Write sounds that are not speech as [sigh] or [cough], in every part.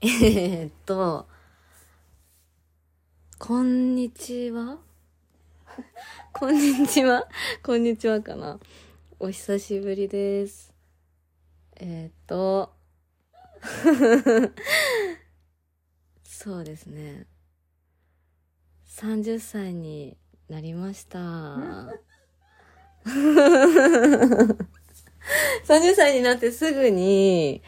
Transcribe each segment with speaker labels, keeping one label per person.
Speaker 1: えーっと、こんにちは [laughs] こんにちはこんにちはかな。お久しぶりです。えーっと、そうですね。30歳になりました。30歳になってすぐに、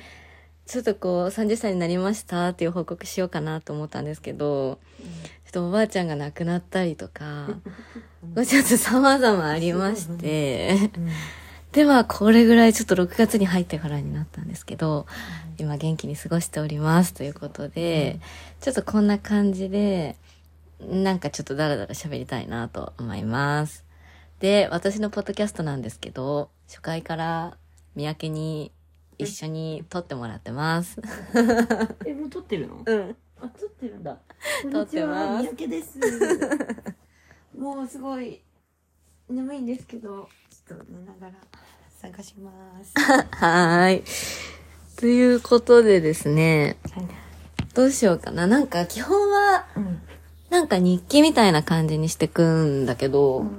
Speaker 1: ちょっとこう、30歳になりましたっていう報告しようかなと思ったんですけど、ちょっとおばあちゃんが亡くなったりとか、こ [laughs] れちょっと様々ありまして、ではこれぐらいちょっと6月に入ってからになったんですけど、今元気に過ごしておりますということで、ちょっとこんな感じで、なんかちょっとダラダラ喋りたいなと思います。で、私のポッドキャストなんですけど、初回から三宅に一緒に撮ってもらってます。
Speaker 2: え、もう撮ってるの
Speaker 1: うん。
Speaker 2: あ、撮ってるん [laughs] だ。
Speaker 1: 撮ってます
Speaker 2: こんにちは三宅 [laughs] です。もうすごい、眠いんですけど、ちょっと寝ながら探し [laughs] ます。は
Speaker 1: はーい。ということでですね、どうしようかな。なんか基本は、
Speaker 2: い。うん。
Speaker 1: なんか日記みたいな感じにしてくんだけど、
Speaker 2: うん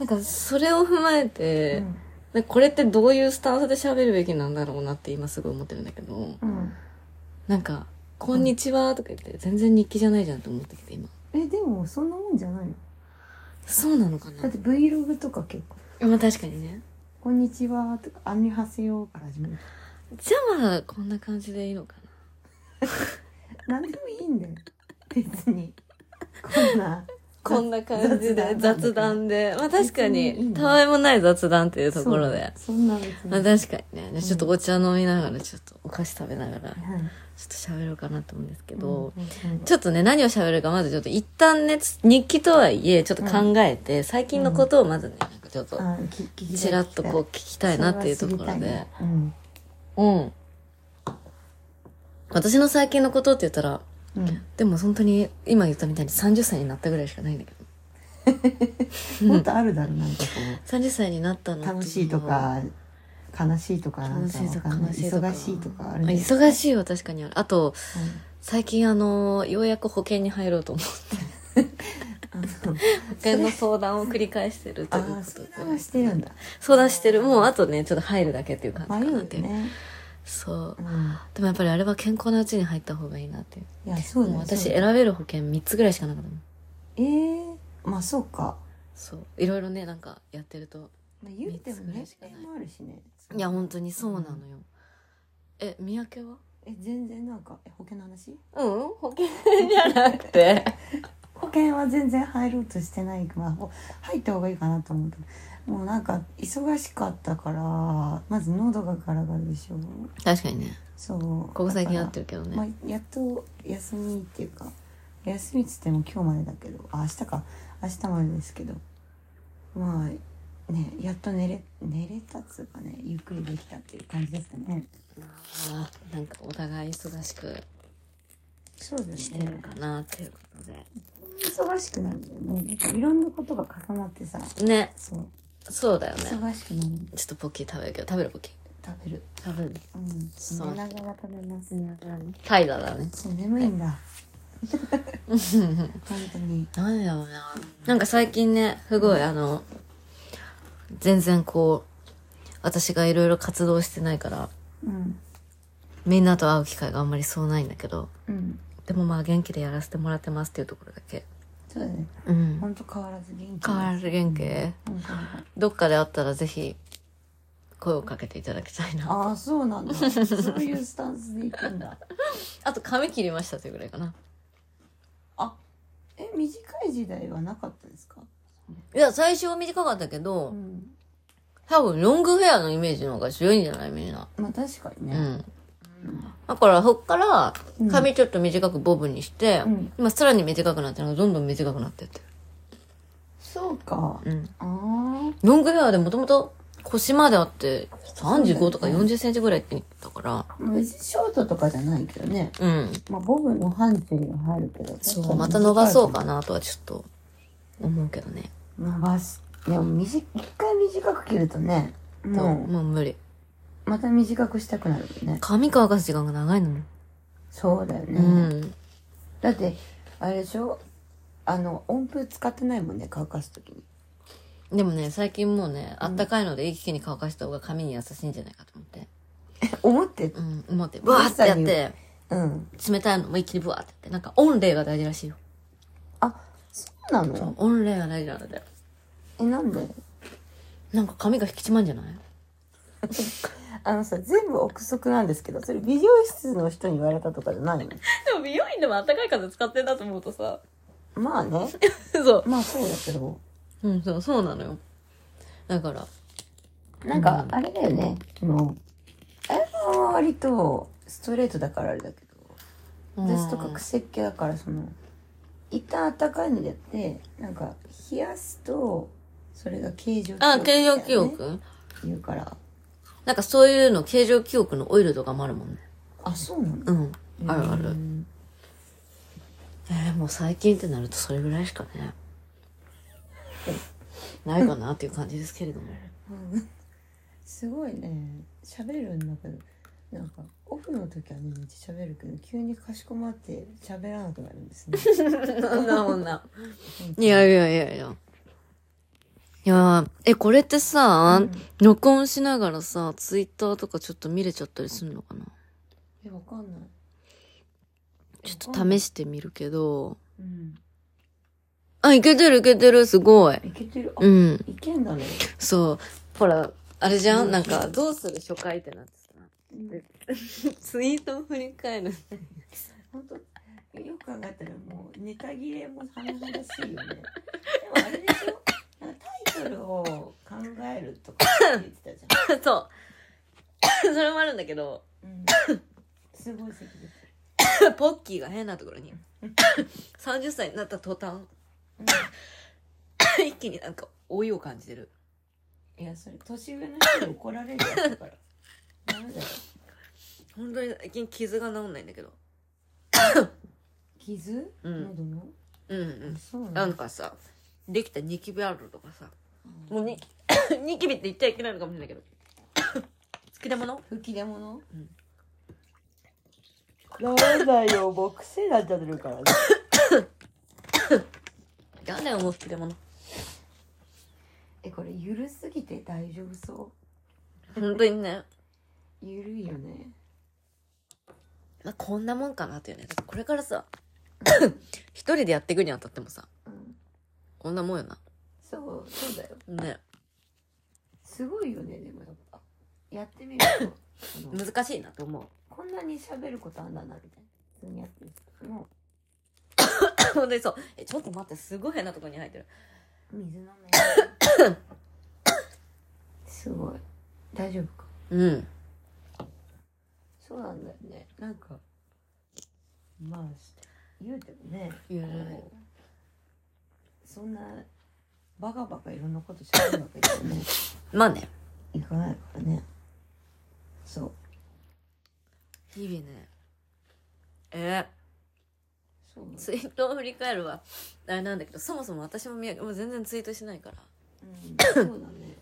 Speaker 1: なんかそれを踏まえて、
Speaker 2: うん
Speaker 1: なんかこれってどういうスタンスで喋るべきなんだろうなって今すごい思ってるんだけど、
Speaker 2: うん。
Speaker 1: なんか、こんにちはとか言って、全然日記じゃないじゃんと思ってきて今。
Speaker 2: え、でもそんなもんじゃないの
Speaker 1: そうなのか
Speaker 2: だっ
Speaker 1: な
Speaker 2: て Vlog とか結構、
Speaker 1: まあ確かにね。
Speaker 2: こんにちはとか、アンニハセヨから始める。
Speaker 1: じゃあまあ、こんな感じでいいのかな。
Speaker 2: なんでもいいんだよ。別に。こんな。
Speaker 1: こんな感じで雑談で。まあ確か
Speaker 2: 別にいい
Speaker 1: に、
Speaker 2: の
Speaker 1: たわいもない雑談っていうところで。
Speaker 2: そう。そんな別に。
Speaker 1: まあ
Speaker 2: はい
Speaker 1: 確かにね、ちょっとお茶飲みながら、ちょっとお菓子食べながら、ちょっと喋ろうかなと思うんですけど、
Speaker 2: うんうんうん
Speaker 1: ちょっとね、何を喋るかまずちょっと一旦ね、つ日記とはいえ、ちょっと考えて、最近のことをまずね、なんかちょっと、
Speaker 2: あき聞きたい
Speaker 1: ちらっとこう聞きたいなっていうところで。。
Speaker 2: うん。
Speaker 1: うん。私の最近のことって言ったら、
Speaker 2: うん。
Speaker 1: でも本当に今言ったみたいに30歳になったぐらいしかないんだけど。
Speaker 2: もっとあるだろう、なんかこ
Speaker 1: 30歳になったの
Speaker 2: う。楽しいとか、悲しいとか、な
Speaker 1: 楽
Speaker 2: んか
Speaker 1: しい
Speaker 2: わ
Speaker 1: と
Speaker 2: か
Speaker 1: か
Speaker 2: んない
Speaker 1: 悲しいとか
Speaker 2: 忙しいとかある
Speaker 1: あ
Speaker 2: んです。
Speaker 1: 忙しいは確かにあるあと
Speaker 2: うん
Speaker 1: 最近あのようやく保険に入ろうと思って
Speaker 2: あそう
Speaker 1: 保険の相談を繰り返してると
Speaker 2: あ
Speaker 1: いうこ
Speaker 2: ー、
Speaker 1: と
Speaker 2: そ
Speaker 1: で
Speaker 2: うはしてるんだ。
Speaker 1: 相談してるもうあとねちょっと入るだけっていう感じか
Speaker 2: 迷う
Speaker 1: な
Speaker 2: よ
Speaker 1: っていう、
Speaker 2: ね。
Speaker 1: そう
Speaker 2: うん。
Speaker 1: でもやっぱりあれは健康なうちに入った方がいいなっていう
Speaker 2: いや、そうだ
Speaker 1: もう
Speaker 2: よ
Speaker 1: 私
Speaker 2: そうだ
Speaker 1: 選
Speaker 2: よ
Speaker 1: べる保険3つぐらいしかなかったもん
Speaker 2: えー、まあそうか。
Speaker 1: そういろいろねなんかやってると
Speaker 2: まあ言うて
Speaker 1: 三
Speaker 2: も
Speaker 1: つぐら
Speaker 2: ね
Speaker 1: いし、かない
Speaker 2: 年齢もあるしね。
Speaker 1: いや本当にそうなのよ、え三宅は
Speaker 2: え、全然なんか、え保険の話
Speaker 1: うん保険じゃなくて
Speaker 2: 保険は全然入ろうとしてないまあほ入った方がいいかなと思うけどもうなんか忙しかったからまず喉がガラガラでしょ
Speaker 1: 確かにね
Speaker 2: そう
Speaker 1: ここ最近やって
Speaker 2: る
Speaker 1: るけどね、
Speaker 2: まあ、やっと休みっていうか休みっつっても今日までだけどあ明日か明日までですけどまあねやっと寝れ寝れたっつうかねゆっくりできたっていう感じですかね
Speaker 1: あーなんかお互い忙しく
Speaker 2: そうで
Speaker 1: してるかなっていうことで
Speaker 2: 忙しくなるんだよねなんかいろんなことが重なってさ
Speaker 1: ね
Speaker 2: そう
Speaker 1: そうだよね
Speaker 2: 忙しくなる
Speaker 1: ちょっとポッキー食べるけど食べるポッキー
Speaker 2: 食べる
Speaker 1: 食べる
Speaker 2: うん、
Speaker 1: そう
Speaker 2: 寝ながら食べます。
Speaker 1: 怠惰だね
Speaker 2: そう、眠いんだ。本当に。
Speaker 1: なんだろうななんか最近ねすごいあの全然こう私がいろいろ活動してないから
Speaker 2: うん。
Speaker 1: みんなと会う機会があんまりそうないんだけど
Speaker 2: うん。
Speaker 1: でもまあ元気でやらせてもらってますっていうところだけ
Speaker 2: そうだね。
Speaker 1: うん
Speaker 2: 本当変わらず元気。
Speaker 1: 変わらず元気
Speaker 2: 本当に
Speaker 1: どっかで会ったらぜひ声をかけていただきたいな
Speaker 2: ああ、そうなんだ。そういうスタンスでいくんだ。
Speaker 1: あと髪切りましたというぐらいかな
Speaker 2: あ、え、短い時代はなかったですか
Speaker 1: いや最初は短かったけど、
Speaker 2: ん。
Speaker 1: 多分ロングヘアのイメージの方が強いんじゃないみんな。
Speaker 2: まあ確かに
Speaker 1: う
Speaker 2: ね。
Speaker 1: ん。だから、そっから
Speaker 2: うん、
Speaker 1: 髪ちょっと短くボブにして、
Speaker 2: うん
Speaker 1: 今さらに短くなってるのがどんどん短くなってって
Speaker 2: そうか。
Speaker 1: る。うん。
Speaker 2: ああ。
Speaker 1: ロングヘアでもともと腰まであって、35とか40センチぐらいって言ったから、
Speaker 2: 別にショートとかじゃないけどね。
Speaker 1: うん。
Speaker 2: まあボブの範疇が入るけど。
Speaker 1: そう、また伸ばそうかなとはちょっと思うけどね。
Speaker 2: 伸ばす。でも短い、一回短く切るとね、
Speaker 1: でも
Speaker 2: もう
Speaker 1: もう無理。
Speaker 2: また短くしたくなるよね。
Speaker 1: 髪乾かす時間が長いのも。
Speaker 2: そうだよね、
Speaker 1: うん。
Speaker 2: だってあれでしょあの温風使ってないもんね乾かす時に
Speaker 1: でもね、最近もうね、あったかいので一気に乾かした方が髪に優しいんじゃないかと思って。
Speaker 2: 思って
Speaker 1: うん、思って、ブワーってやって、
Speaker 2: うん
Speaker 1: 冷たいのも一気にブワーってやって。なんか、温冷が大事らしいよ。
Speaker 2: あそうなの
Speaker 1: 温冷が大事なんだよ。
Speaker 2: えなんで
Speaker 1: なんか髪が引き締まんじゃない
Speaker 2: あのさ全部憶測なんですけどそれ美容室の人に言われたとかじゃないの
Speaker 1: でも美容院でもあったかい風使ってんだと思うとさ。
Speaker 2: まあ [laughs] ね
Speaker 1: [laughs] そ
Speaker 2: まあそうだけど
Speaker 1: う。うん、そう、そうなのよ。だから、
Speaker 2: なんかあれだよね、あのあれは割とストレートだからあれだけど私とか
Speaker 1: くす
Speaker 2: 癖っ気だからその一旦暖かいのでやってなんか冷やすとそれが形状記憶
Speaker 1: あ、形状
Speaker 2: みたい
Speaker 1: 記
Speaker 2: なね
Speaker 1: 憶
Speaker 2: 言うから
Speaker 1: なんかそういうの、形状記憶のオイルとかもあるもんね。
Speaker 2: あそうなの
Speaker 1: うん。あるあ
Speaker 2: う
Speaker 1: る。
Speaker 2: ん
Speaker 1: えー、もう最近ってなるとそれぐらいしかね、ないかなっていう感じですけれども。
Speaker 2: すごいね喋るんだけどなんかオフの時はねめっちゃ喋るけど急にかしこまって喋らなくなるんですね
Speaker 1: [laughs] そんなもんな。 [laughs] いやいやいやいや。いやーえ、これってさ、
Speaker 2: うん
Speaker 1: 録音しながらさ、ツイッターとかちょっと見れちゃったりするのかな
Speaker 2: えわかんない
Speaker 1: ちょっと試してみるけど。
Speaker 2: うん
Speaker 1: あ、いけてるいけてる、すごい。
Speaker 2: いけてるあ、
Speaker 1: うん。
Speaker 2: いけんだね、
Speaker 1: そう。ほら、あれじゃ
Speaker 2: うんん
Speaker 1: なんか、どうする初回ってなってさ。ツイートを振り返 [laughs] る。
Speaker 2: 本当よく考えたらもうネタ切れも甚だしいよね。でもあれでしょなんかタイトルを考えるとかって言ってた
Speaker 1: [coughs]
Speaker 2: じ
Speaker 1: そう。それもあるんだけど、 [coughs]
Speaker 2: ゃん。うん、すごい席です。
Speaker 1: ポッキーが変なとこ [laughs] ろに、30歳になった途端、 [coughs] 一気になんか、老いを感じてる。
Speaker 2: いやそれ年上の人に怒られるやつだから。ダメだよ。
Speaker 1: 本当に最近傷が治んないんだけど。
Speaker 2: 傷？
Speaker 1: うん
Speaker 2: 喉の？
Speaker 1: うんうん。
Speaker 2: そうなの。
Speaker 1: なんかさ、できたニキビあるとかさ、もうに、 [coughs] ニキビって言っちゃいけないのかもしれないけど。 [coughs] 好きなもの
Speaker 2: 吹き出物？
Speaker 1: ん
Speaker 2: ダメだよ。もう癖になっちゃってるからね。
Speaker 1: 誰がもう好きなもの
Speaker 2: えこれゆるすぎて大丈夫そ
Speaker 1: 本当にね、
Speaker 2: う？ゆるいよね。
Speaker 1: まあ、こんなもんかなっていうね。だからこれからさ、 [coughs] 一人でやっていくにあたってもさ、
Speaker 2: うん。
Speaker 1: こんなもんよな。
Speaker 2: そうそうだよ。
Speaker 1: ね。
Speaker 2: すごいよねでもやっぱやってみるとあの
Speaker 1: 難しいなと [coughs] 思う。
Speaker 2: こんなに喋ることあんだなみたいな普通にやってる人も
Speaker 1: ほんでそう。え、ちょっと待って、すごい変なとこに入ってる。
Speaker 2: 水飲めすごい大丈夫か
Speaker 1: うん。
Speaker 2: そうなんだよねなんかまあ言うてもね
Speaker 1: ゆるい
Speaker 2: こうそんなバカバカいろんなことしてるわけでもね
Speaker 1: まあね。
Speaker 2: いかないからねそう
Speaker 1: 日々ね。え
Speaker 2: そうなん
Speaker 1: ー、
Speaker 2: だ
Speaker 1: ツイートを振り返るは、あれなんだけど、そもそも私も宮城もう全然ツイートしないから。
Speaker 2: うん、そうだね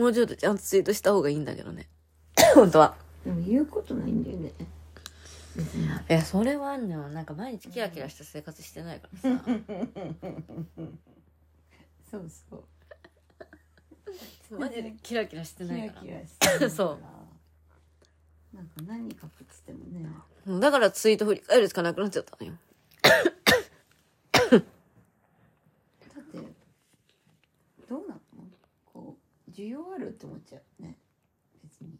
Speaker 1: もうちょっとちゃんとツイートした方がいいんだけどね。 [coughs] 本当は。
Speaker 2: でも言うことないんだよね別に
Speaker 1: え、それはあんのよ。なんか毎日キラキラした生活してないからさ。
Speaker 2: そうそう。
Speaker 1: マジでキラキラして
Speaker 2: キ
Speaker 1: ない
Speaker 2: ラ
Speaker 1: から
Speaker 2: キ。ラしてる。
Speaker 1: そう
Speaker 2: なんか何書くっつってもね。
Speaker 1: もうだからツイート振り返るしかなくなっちゃったのよ。
Speaker 2: だってどうなの？こう需要あるって思っちゃうね。別に。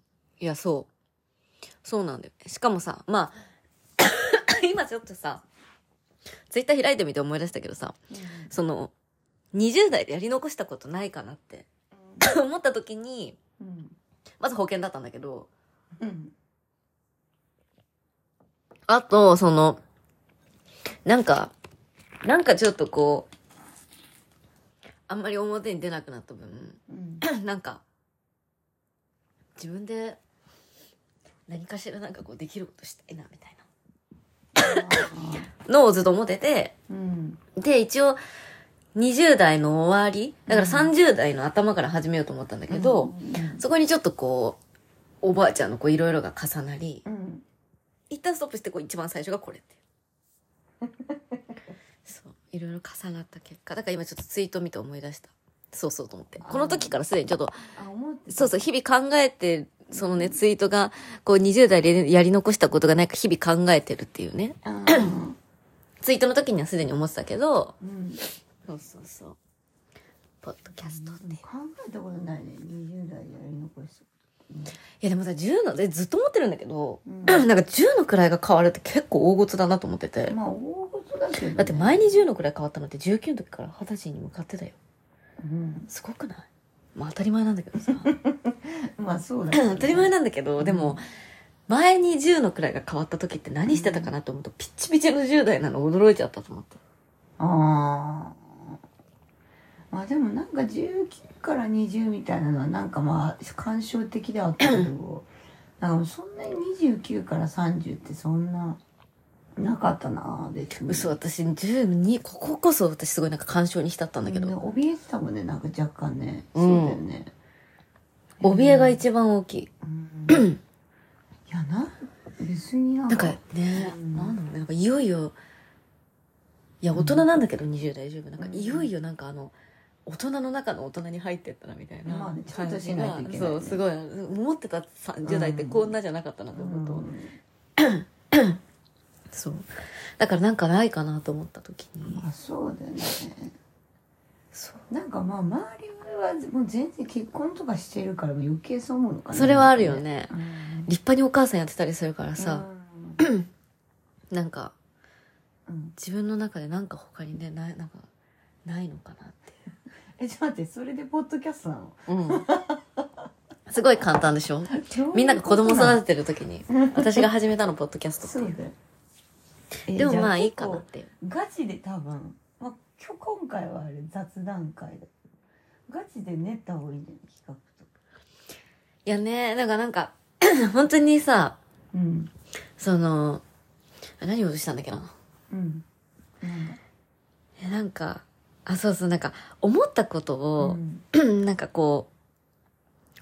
Speaker 1: いや、そう。そうなんだよ。しかもさ、まあ、 [coughs] 今ちょっとさ、ツイッター開いてみて思い出したけどさ、その、20代でやり残したことないかなって思った時に、
Speaker 2: うん。
Speaker 1: まず保険だったんだけど、
Speaker 2: うん。
Speaker 1: あと、その、なんか、なんかちょっとこう、あんまり表に出なくなった分、 [clears throat]
Speaker 2: うん。
Speaker 1: なんか、自分で何かしらなんかこうできることしたいな、みたいなのをずっと思ってて、
Speaker 2: うん。
Speaker 1: で、一応、20代の終わり、だから30代の頭から始めようと思ったんだけど、そこにちょっとこう、おばあちゃんのこういろいろが重なり、
Speaker 2: うん。
Speaker 1: 一旦ストップしてこう一番最初がこれっていうそういろいろ重なった結果だから今ちょっとツイート見て思い出したそうそうと思ってこの時からすでにちょっと
Speaker 2: あ思って
Speaker 1: そうそう、日々考えて、そのね、ツイートが、こう20代でやり残したことがないか日々考えてるっていうね。
Speaker 2: あー
Speaker 1: ツイートの時にはすでに思ってたけど、
Speaker 2: うん
Speaker 1: そうそうそう。ポッドキャストって。い
Speaker 2: 考えたことないね20代でやり残した
Speaker 1: やでもさ、10の、でずっと思ってるんだけど、 [clears throat]
Speaker 2: うん
Speaker 1: なんか10の位が変わるって結構大ごとだなと思ってて。
Speaker 2: まあ大事だけど、ね、
Speaker 1: だって前に10の位変わったのって19の時から20歳に向かってだよ。
Speaker 2: うん、
Speaker 1: すごくないまあ当たり前なんだけ [laughs] どさ。
Speaker 2: まあそうだけどね、
Speaker 1: 当たり前なんだけど、でも、前に10の位が変わった時って何してたかなと思うと、ピッチピチの10代なの驚いちゃったと思って。
Speaker 2: ああまあでもなんか19から20みたいなのはなんかまあ感傷的ではあったけどなんかそんなに29から30ってそんななかったな別に
Speaker 1: 嘘、私12、こここそ私すごいなんか干渉に浸ったんだけ
Speaker 2: う
Speaker 1: ど、
Speaker 2: ん怯えてたもんねなんか若干ね、
Speaker 1: うん
Speaker 2: そうだよね
Speaker 1: 怯えが一番大きい。
Speaker 2: うん、いやな別になん
Speaker 1: なん
Speaker 2: か
Speaker 1: かね、
Speaker 2: うん
Speaker 1: なんだろうね、なんかいよいよ、いや、大人なんだけど20代10分、なんかいよいよなんかあの、大人の中の大人に入ってったなみたいな
Speaker 2: まあね
Speaker 1: 感じが、
Speaker 2: ちゃんとしないといけない
Speaker 1: そ
Speaker 2: ね
Speaker 1: う、すごい、思ってた30代ってこんなじゃなかったなと思うと、そう。だからなんかないかなと思った時に。
Speaker 2: あそうだよね
Speaker 1: そう。
Speaker 2: なんかまあ周りはもう全然結婚とかしてるから余計そう思うのかな
Speaker 1: それはあるよね。
Speaker 2: うん
Speaker 1: 立派にお母さんやってたりするからさ、なんか
Speaker 2: うん
Speaker 1: 自分の中でなんか他にね、ななんかないのかなって。
Speaker 2: えちょっと待ってそれでポッドキャストなの
Speaker 1: うん。 [laughs] すごい簡単でしょ [laughs] みんなが子供育ててる時に、私が始めたの、ポッドキャスト
Speaker 2: そ
Speaker 1: っていうう。
Speaker 2: だよえ
Speaker 1: でも
Speaker 2: じゃ
Speaker 1: まあいいかなっ
Speaker 2: 結
Speaker 1: ていう。
Speaker 2: 構ガチで多分、まあ、今日今回はあれ雑談会だけどガチで練った方がいいんじゃない企画とか
Speaker 1: いやね、だからなんか、 [coughs] 本当にさ、
Speaker 2: うん
Speaker 1: その、あ何をしたんだっけな。
Speaker 2: うんなんだ
Speaker 1: えなんか、あ、そうそう、なんか、思ったことを、
Speaker 2: うん
Speaker 1: なんかこ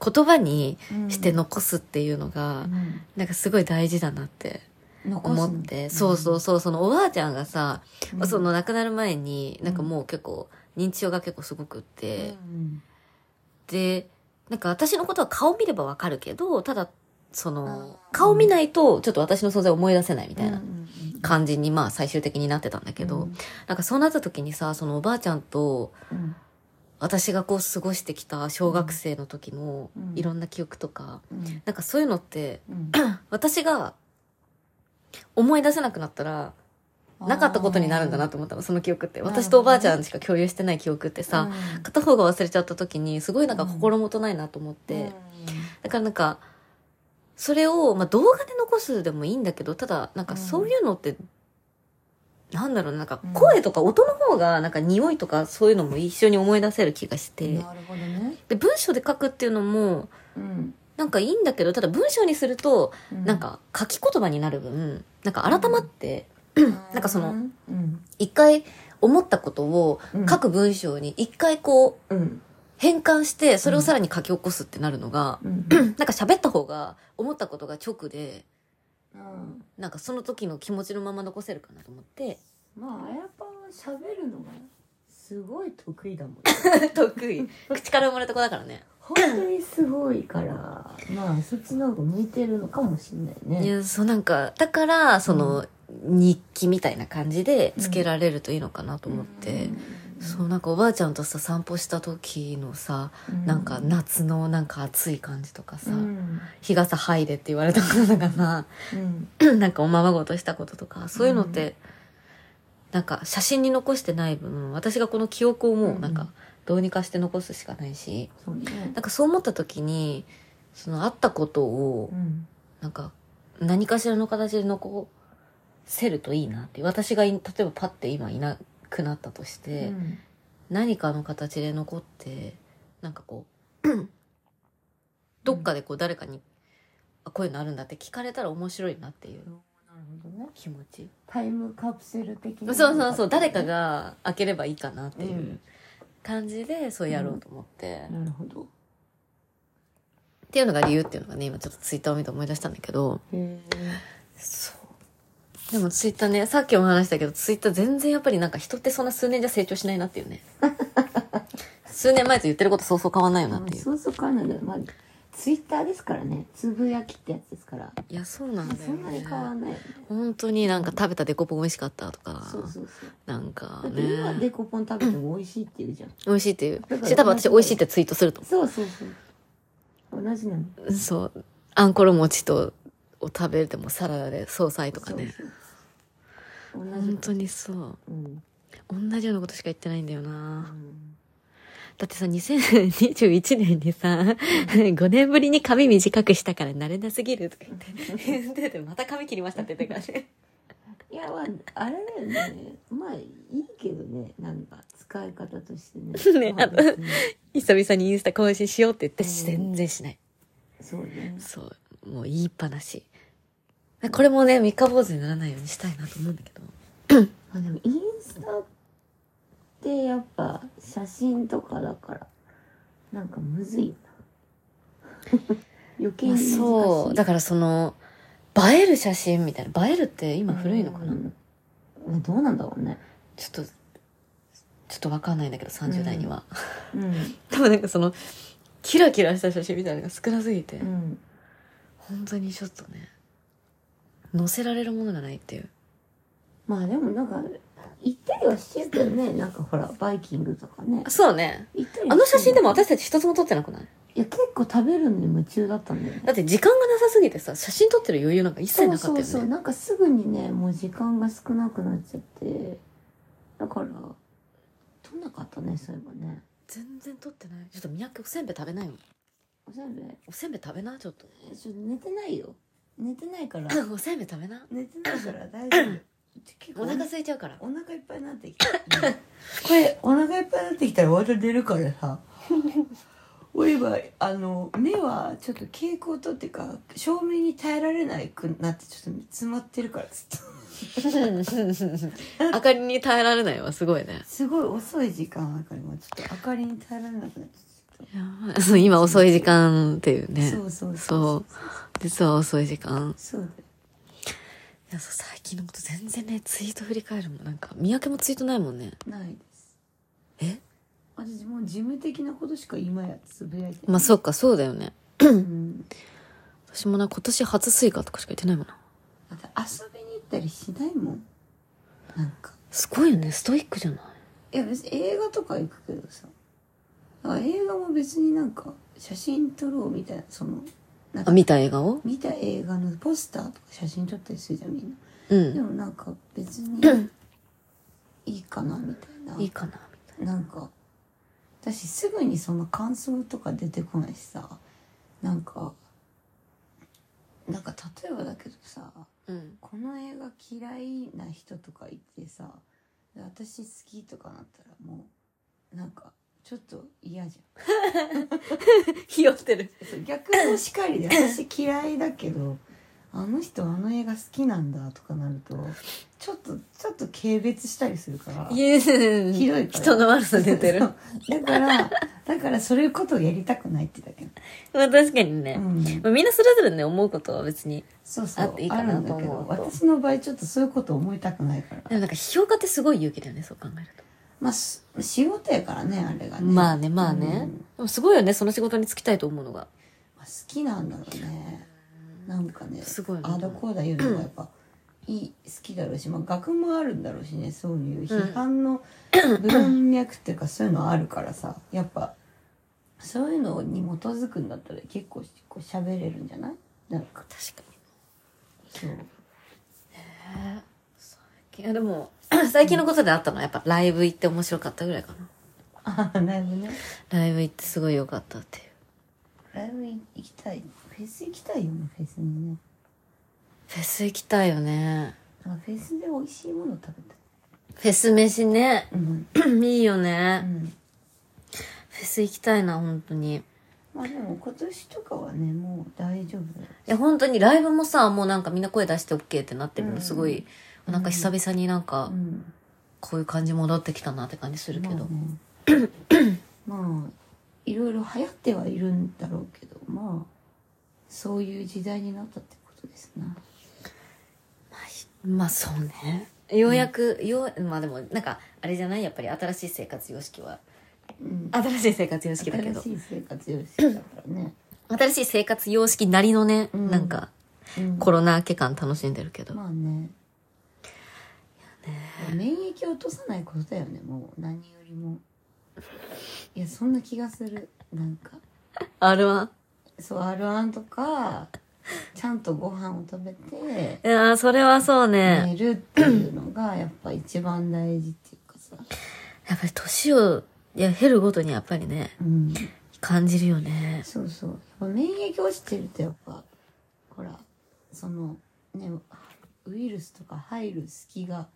Speaker 1: う、言葉に
Speaker 2: うん
Speaker 1: して残すっていうのが、
Speaker 2: うん
Speaker 1: なんかすごい大事だなって
Speaker 2: 残すの
Speaker 1: 思って、そうそうそう、そのおばあちゃんがさ、
Speaker 2: うん
Speaker 1: その亡くなる前に、なんかもう結構、認知症が結構すごくっ
Speaker 2: う
Speaker 1: て、
Speaker 2: ん
Speaker 1: で、なんか私のことは顔見ればわかるけど、ただ、その、
Speaker 2: あー
Speaker 1: 顔見ないと、ちょっと私の存在を思い出せないみたいな
Speaker 2: うんうんうん
Speaker 1: 感じに、まあ最終的になってたんだけど、なんかそうなった時にさ、そのおばあちゃんと、
Speaker 2: うん
Speaker 1: 私がこう過ごしてきた小学生の時の
Speaker 2: うん
Speaker 1: いろんな記憶とか、
Speaker 2: うん
Speaker 1: なんかそういうのって
Speaker 2: うん
Speaker 1: 私が思い出せなくなったらなかったことになるんだなと思ったのその記憶って
Speaker 2: なるほどね
Speaker 1: 私とおばあちゃんしか共有してない記憶ってさ、
Speaker 2: うん
Speaker 1: 片方が忘れちゃった時にすごいなんか心もとないなと思って、だからなんかそれを、まあ、動画で残すでもいいんだけどただなんかそういうのって、なんだろうななんか
Speaker 2: うん
Speaker 1: 声とか音の方がなんか匂いとかそういうのも一緒に思い出せる気がして、
Speaker 2: うんなるほどね、
Speaker 1: で文章で書くっていうのも
Speaker 2: うん
Speaker 1: なんかいいんだけどただ文章にすると
Speaker 2: う
Speaker 1: なんか書き言葉になる分なんか改まって
Speaker 2: なん
Speaker 1: かその
Speaker 2: うんうん
Speaker 1: 一回思ったことを
Speaker 2: うん
Speaker 1: 各文章に一回こう
Speaker 2: うん
Speaker 1: 変換してそれをさらに書き起こすってなるのが
Speaker 2: うん
Speaker 1: なんか喋った方が思ったことが直で
Speaker 2: うん
Speaker 1: なんかその時の気持ちのまま残せるかなと思って
Speaker 2: まああやぱは喋るのがすごい得意だもん
Speaker 1: 得意 [laughs] 口から生まれた子だからね
Speaker 2: 本当にすごいからまあそっちの方が向いてるのかもしれない
Speaker 1: い
Speaker 2: ね
Speaker 1: やそうなんかだからその日記みたいな感じでつけられるといいのかなと思って。そうなんかおばあちゃんとさ散歩した時のさ、
Speaker 2: うん
Speaker 1: なんか夏のなんか暑い感じとかさ、
Speaker 2: うん
Speaker 1: 日傘入れって言われたこととか
Speaker 2: [laughs]
Speaker 1: さ
Speaker 2: うん
Speaker 1: なんかおままごとしたこととかそういうのって、
Speaker 2: う
Speaker 1: なんか写真に残してない分私がこの記憶をもうなん
Speaker 2: う
Speaker 1: かどうにかして残すしかないし、
Speaker 2: そうね
Speaker 1: なんかそう思った時にそのあったことを
Speaker 2: うん
Speaker 1: なんか何かしらの形で残せるといいなって私がい例えばパッて今いなくなったとして。
Speaker 2: うん
Speaker 1: 何かの形で残ってなんかこうどっかでこう誰かに、あこういうのあるんだって聞かれたら面白いなっていう
Speaker 2: なるほどね
Speaker 1: 気持ち、
Speaker 2: タイムカプセル的な
Speaker 1: そうそうそう誰かが開ければいいかなっていううん感じでそうやろうと思って、っ
Speaker 2: なるほど
Speaker 1: ていうのが理由っていうのがね今ちょっとツイッターを見て思い出したんだけど
Speaker 2: へえ
Speaker 1: そでもツイッターね、さっきも話したけど、ツイッター全然やっぱりなんか人ってそんな数年じゃ成長しないなって [laughs] いうね。数年前と言ってることそうそう変わんないよなっていう。
Speaker 2: そうそう変わらないんだよまあツイッターですからねつぶやきってやつですから
Speaker 1: いや、そうなんだよ、ね。
Speaker 2: そんなに変わらないよね
Speaker 1: 本当になんか食べたデコポン美味しかったとか、
Speaker 2: そうそうそう
Speaker 1: なんか
Speaker 2: だって今
Speaker 1: ね、
Speaker 2: デコポン食べても美味しいって言うじゃん
Speaker 1: 美味しいっていう
Speaker 2: だか。ら
Speaker 1: し、多分私美味しいってツイートすると思
Speaker 2: そうそうそう同じなの
Speaker 1: う。そう。あんころ餅と、を食べてもサラダで惣菜とかね。
Speaker 2: そうそう同
Speaker 1: 本
Speaker 2: じ
Speaker 1: 当にそう。
Speaker 2: うん、
Speaker 1: 同じようなことしか言ってないんだよな
Speaker 2: う。ん
Speaker 1: だってさ、2021年にさ、5年ぶりに髪短くしたから慣れなすぎるとか言って、言ってて、また髪切りましたって言ってからね。
Speaker 2: [laughs] いやまああれだよねまあいいけどねなんか使い方としてね
Speaker 1: ね
Speaker 2: まあ
Speaker 1: あの
Speaker 2: 別に
Speaker 1: 久々にインスタ更新しようって言ったし、
Speaker 2: うん
Speaker 1: 全然しない。
Speaker 2: そうね
Speaker 1: そう。もう言いっぱなし。これもね、三日坊主にならないようにしたいなと思うんだけど。
Speaker 2: あでもインスタってやっぱ写真とかだからなんかむずいな
Speaker 1: [laughs]
Speaker 2: 余計に
Speaker 1: まあ
Speaker 2: 難しい、
Speaker 1: そう。だ
Speaker 2: か
Speaker 1: からその、映える写真みたいな。映えるって今古いのかな、
Speaker 2: どうなんだろうね
Speaker 1: ちょっと、ちょっとわかんないんだけど、30代には。
Speaker 2: うん
Speaker 1: でもなんかその、キラキラした写真みたいなのが少なすぎて。
Speaker 2: うん
Speaker 1: 本当にちょっとね載せられるものがないっていう
Speaker 2: まあでもなんか行ったりはしてるけどねなんかほらバイキングとかね
Speaker 1: そうね
Speaker 2: 行ったり
Speaker 1: あの写真で
Speaker 2: も
Speaker 1: も私たち一つも撮ってなくない
Speaker 2: いや結構食べるのに夢中だったんだよね
Speaker 1: だって時間がなさすぎてさ写真撮ってる余裕なんか一切なかったよね
Speaker 2: そうそうそうなんかすぐにねもう時間が少なくなっちゃってだから撮んなかったねそういえばね
Speaker 1: 全然撮ってないちょっと三宅おせんべい食べないよ
Speaker 2: おせんべい
Speaker 1: おせんべい食べなちょっと
Speaker 2: ちょっと寝てないよ寝てないから
Speaker 1: [laughs] おせんべい食べな
Speaker 2: 寝てないから大丈夫結構
Speaker 1: お腹空いちゃうから
Speaker 2: お腹いっぱいになってきたこれお腹いっぱいになってきたらまた寝るから
Speaker 1: [laughs]
Speaker 2: さおいばあの目はちょっと蛍光灯っていうか照明に耐えられないくなってちょっと詰まってるからずっと
Speaker 1: 明かりに耐えられないわすごいね
Speaker 2: すごい遅い時間だから今ちょっと明かりに耐えられなくなっちゃっ
Speaker 1: やばいそう今遅い時間っていう
Speaker 2: た、
Speaker 1: ね
Speaker 2: そうそう
Speaker 1: そう実は遅い時間
Speaker 2: そうだよ
Speaker 1: いやそう最近のこと全然ねツイート振り返るもんなんか三宅もツイートないもんね
Speaker 2: ないです
Speaker 1: え
Speaker 2: 私もう事務的なことしか今やつぶやいてない
Speaker 1: まあそうかそうだよね
Speaker 2: うん
Speaker 1: 私もな今年初スイカとかしか言ってないもんな
Speaker 2: だって遊びに行ったりしないもんなんか
Speaker 1: すごいよねストイックじゃない
Speaker 2: いや別に映画とか行くけどさだから映画も別になんか写真撮ろうみたいなそのなん
Speaker 1: あ
Speaker 2: か
Speaker 1: 見た映画を
Speaker 2: 見た映画のポスターとか写真撮ったりするじゃんみんな
Speaker 1: う
Speaker 2: で
Speaker 1: ん
Speaker 2: もなんか別にいいかなみたいない
Speaker 1: いかな
Speaker 2: なんか私すぐにその感想とか出てこないしさなんかなんか例えばだけどさ
Speaker 1: うん
Speaker 2: この映画嫌いな人とかいてさで私好きとかなったらもうなんかちょっと嫌じゃ
Speaker 1: ひよってる
Speaker 2: んそう逆もしかりで私嫌いだけどあの人あの映画好きなんだとかなるとちょっとちょっと軽蔑したりするから
Speaker 1: いえひ
Speaker 2: ひどいから
Speaker 1: 人の悪さ出てる [laughs]
Speaker 2: そ
Speaker 1: ま
Speaker 2: うだからだからそういうことをやりたくないってだけ
Speaker 1: あ確かに
Speaker 2: う
Speaker 1: ね、
Speaker 2: ん
Speaker 1: まあみんなそれぞれね思うことは別に
Speaker 2: そうそ
Speaker 1: あっ
Speaker 2: う
Speaker 1: ていい
Speaker 2: あ
Speaker 1: か
Speaker 2: る
Speaker 1: なんと
Speaker 2: だ
Speaker 1: 思
Speaker 2: けど
Speaker 1: うと
Speaker 2: 私の場合ちょっとそういうこと思いたくないから
Speaker 1: でもなんか評価ってすごい勇気だよねそう考えると
Speaker 2: まあす仕事やからねあれがね
Speaker 1: まあねまあね、
Speaker 2: うん
Speaker 1: でもすごいよねその仕事に就きたいと思うのが
Speaker 2: まあ好きなんだろうねなんかね
Speaker 1: すごいね
Speaker 2: ああだこうだ言うのがやっぱいい好きだろうし、まあ、学もあるんだろうしねそういう批判 [clears throat] の文脈っていうかそういうのあるからさやっぱそういうのに基づくんだったら結構こう喋れるんじゃないなんか
Speaker 1: 確かに
Speaker 2: そう
Speaker 1: いやでも [clears throat] 最近のことであったのはやっぱライブ行って面白かったぐらいかな
Speaker 2: [laughs] あライブね
Speaker 1: ライブ行ってすごい良かったっていう
Speaker 2: ライブ行きたいフェス行きたいよねフェスにね
Speaker 1: フェス行きたいよね
Speaker 2: なんかフェスで美味しいもの食べたい
Speaker 1: フェス飯ね [clears throat]
Speaker 2: うん、
Speaker 1: いいよ
Speaker 2: う
Speaker 1: ね
Speaker 2: ん
Speaker 1: フェス行きたいな本当にい
Speaker 2: まあでも今年とかはねもう大丈夫だよ
Speaker 1: や本当にライブもさもうなんかみんな声出して OK ってなってる
Speaker 2: う
Speaker 1: の
Speaker 2: ん
Speaker 1: すごい、なんか久々になんか
Speaker 2: うん
Speaker 1: こういう感じ戻ってきたなって感じするけど、
Speaker 2: まあね、まあいろいろ流行ってはいるんだろうけどまあそういう時代になったってことですな
Speaker 1: まあまあそうねようやく、ようまあでもなんかあれじゃないやっぱり新しい生活様式は
Speaker 2: うん、
Speaker 1: 新しい生活様式だけど
Speaker 2: 新しい生活様式だからね、
Speaker 1: 新しい生活様式なりのね、
Speaker 2: うん
Speaker 1: なんか
Speaker 2: うん
Speaker 1: コロナ明け感楽しんでるけど、
Speaker 2: まあね免疫を落とさないことだよねもう何よりもいやそんな気がするなんか
Speaker 1: あれは
Speaker 2: そう r 1とかちゃんとご飯を食べて
Speaker 1: いやーそれはそうね、
Speaker 2: 寝るっていうのがやっぱ一番大事っていうかさ、
Speaker 1: やっぱり年をいや減るごとにやっぱりね
Speaker 2: うん、
Speaker 1: 感じるよね
Speaker 2: そうそうやっぱ免疫落ちてるとやっぱほらそのねウイルスとか入る隙が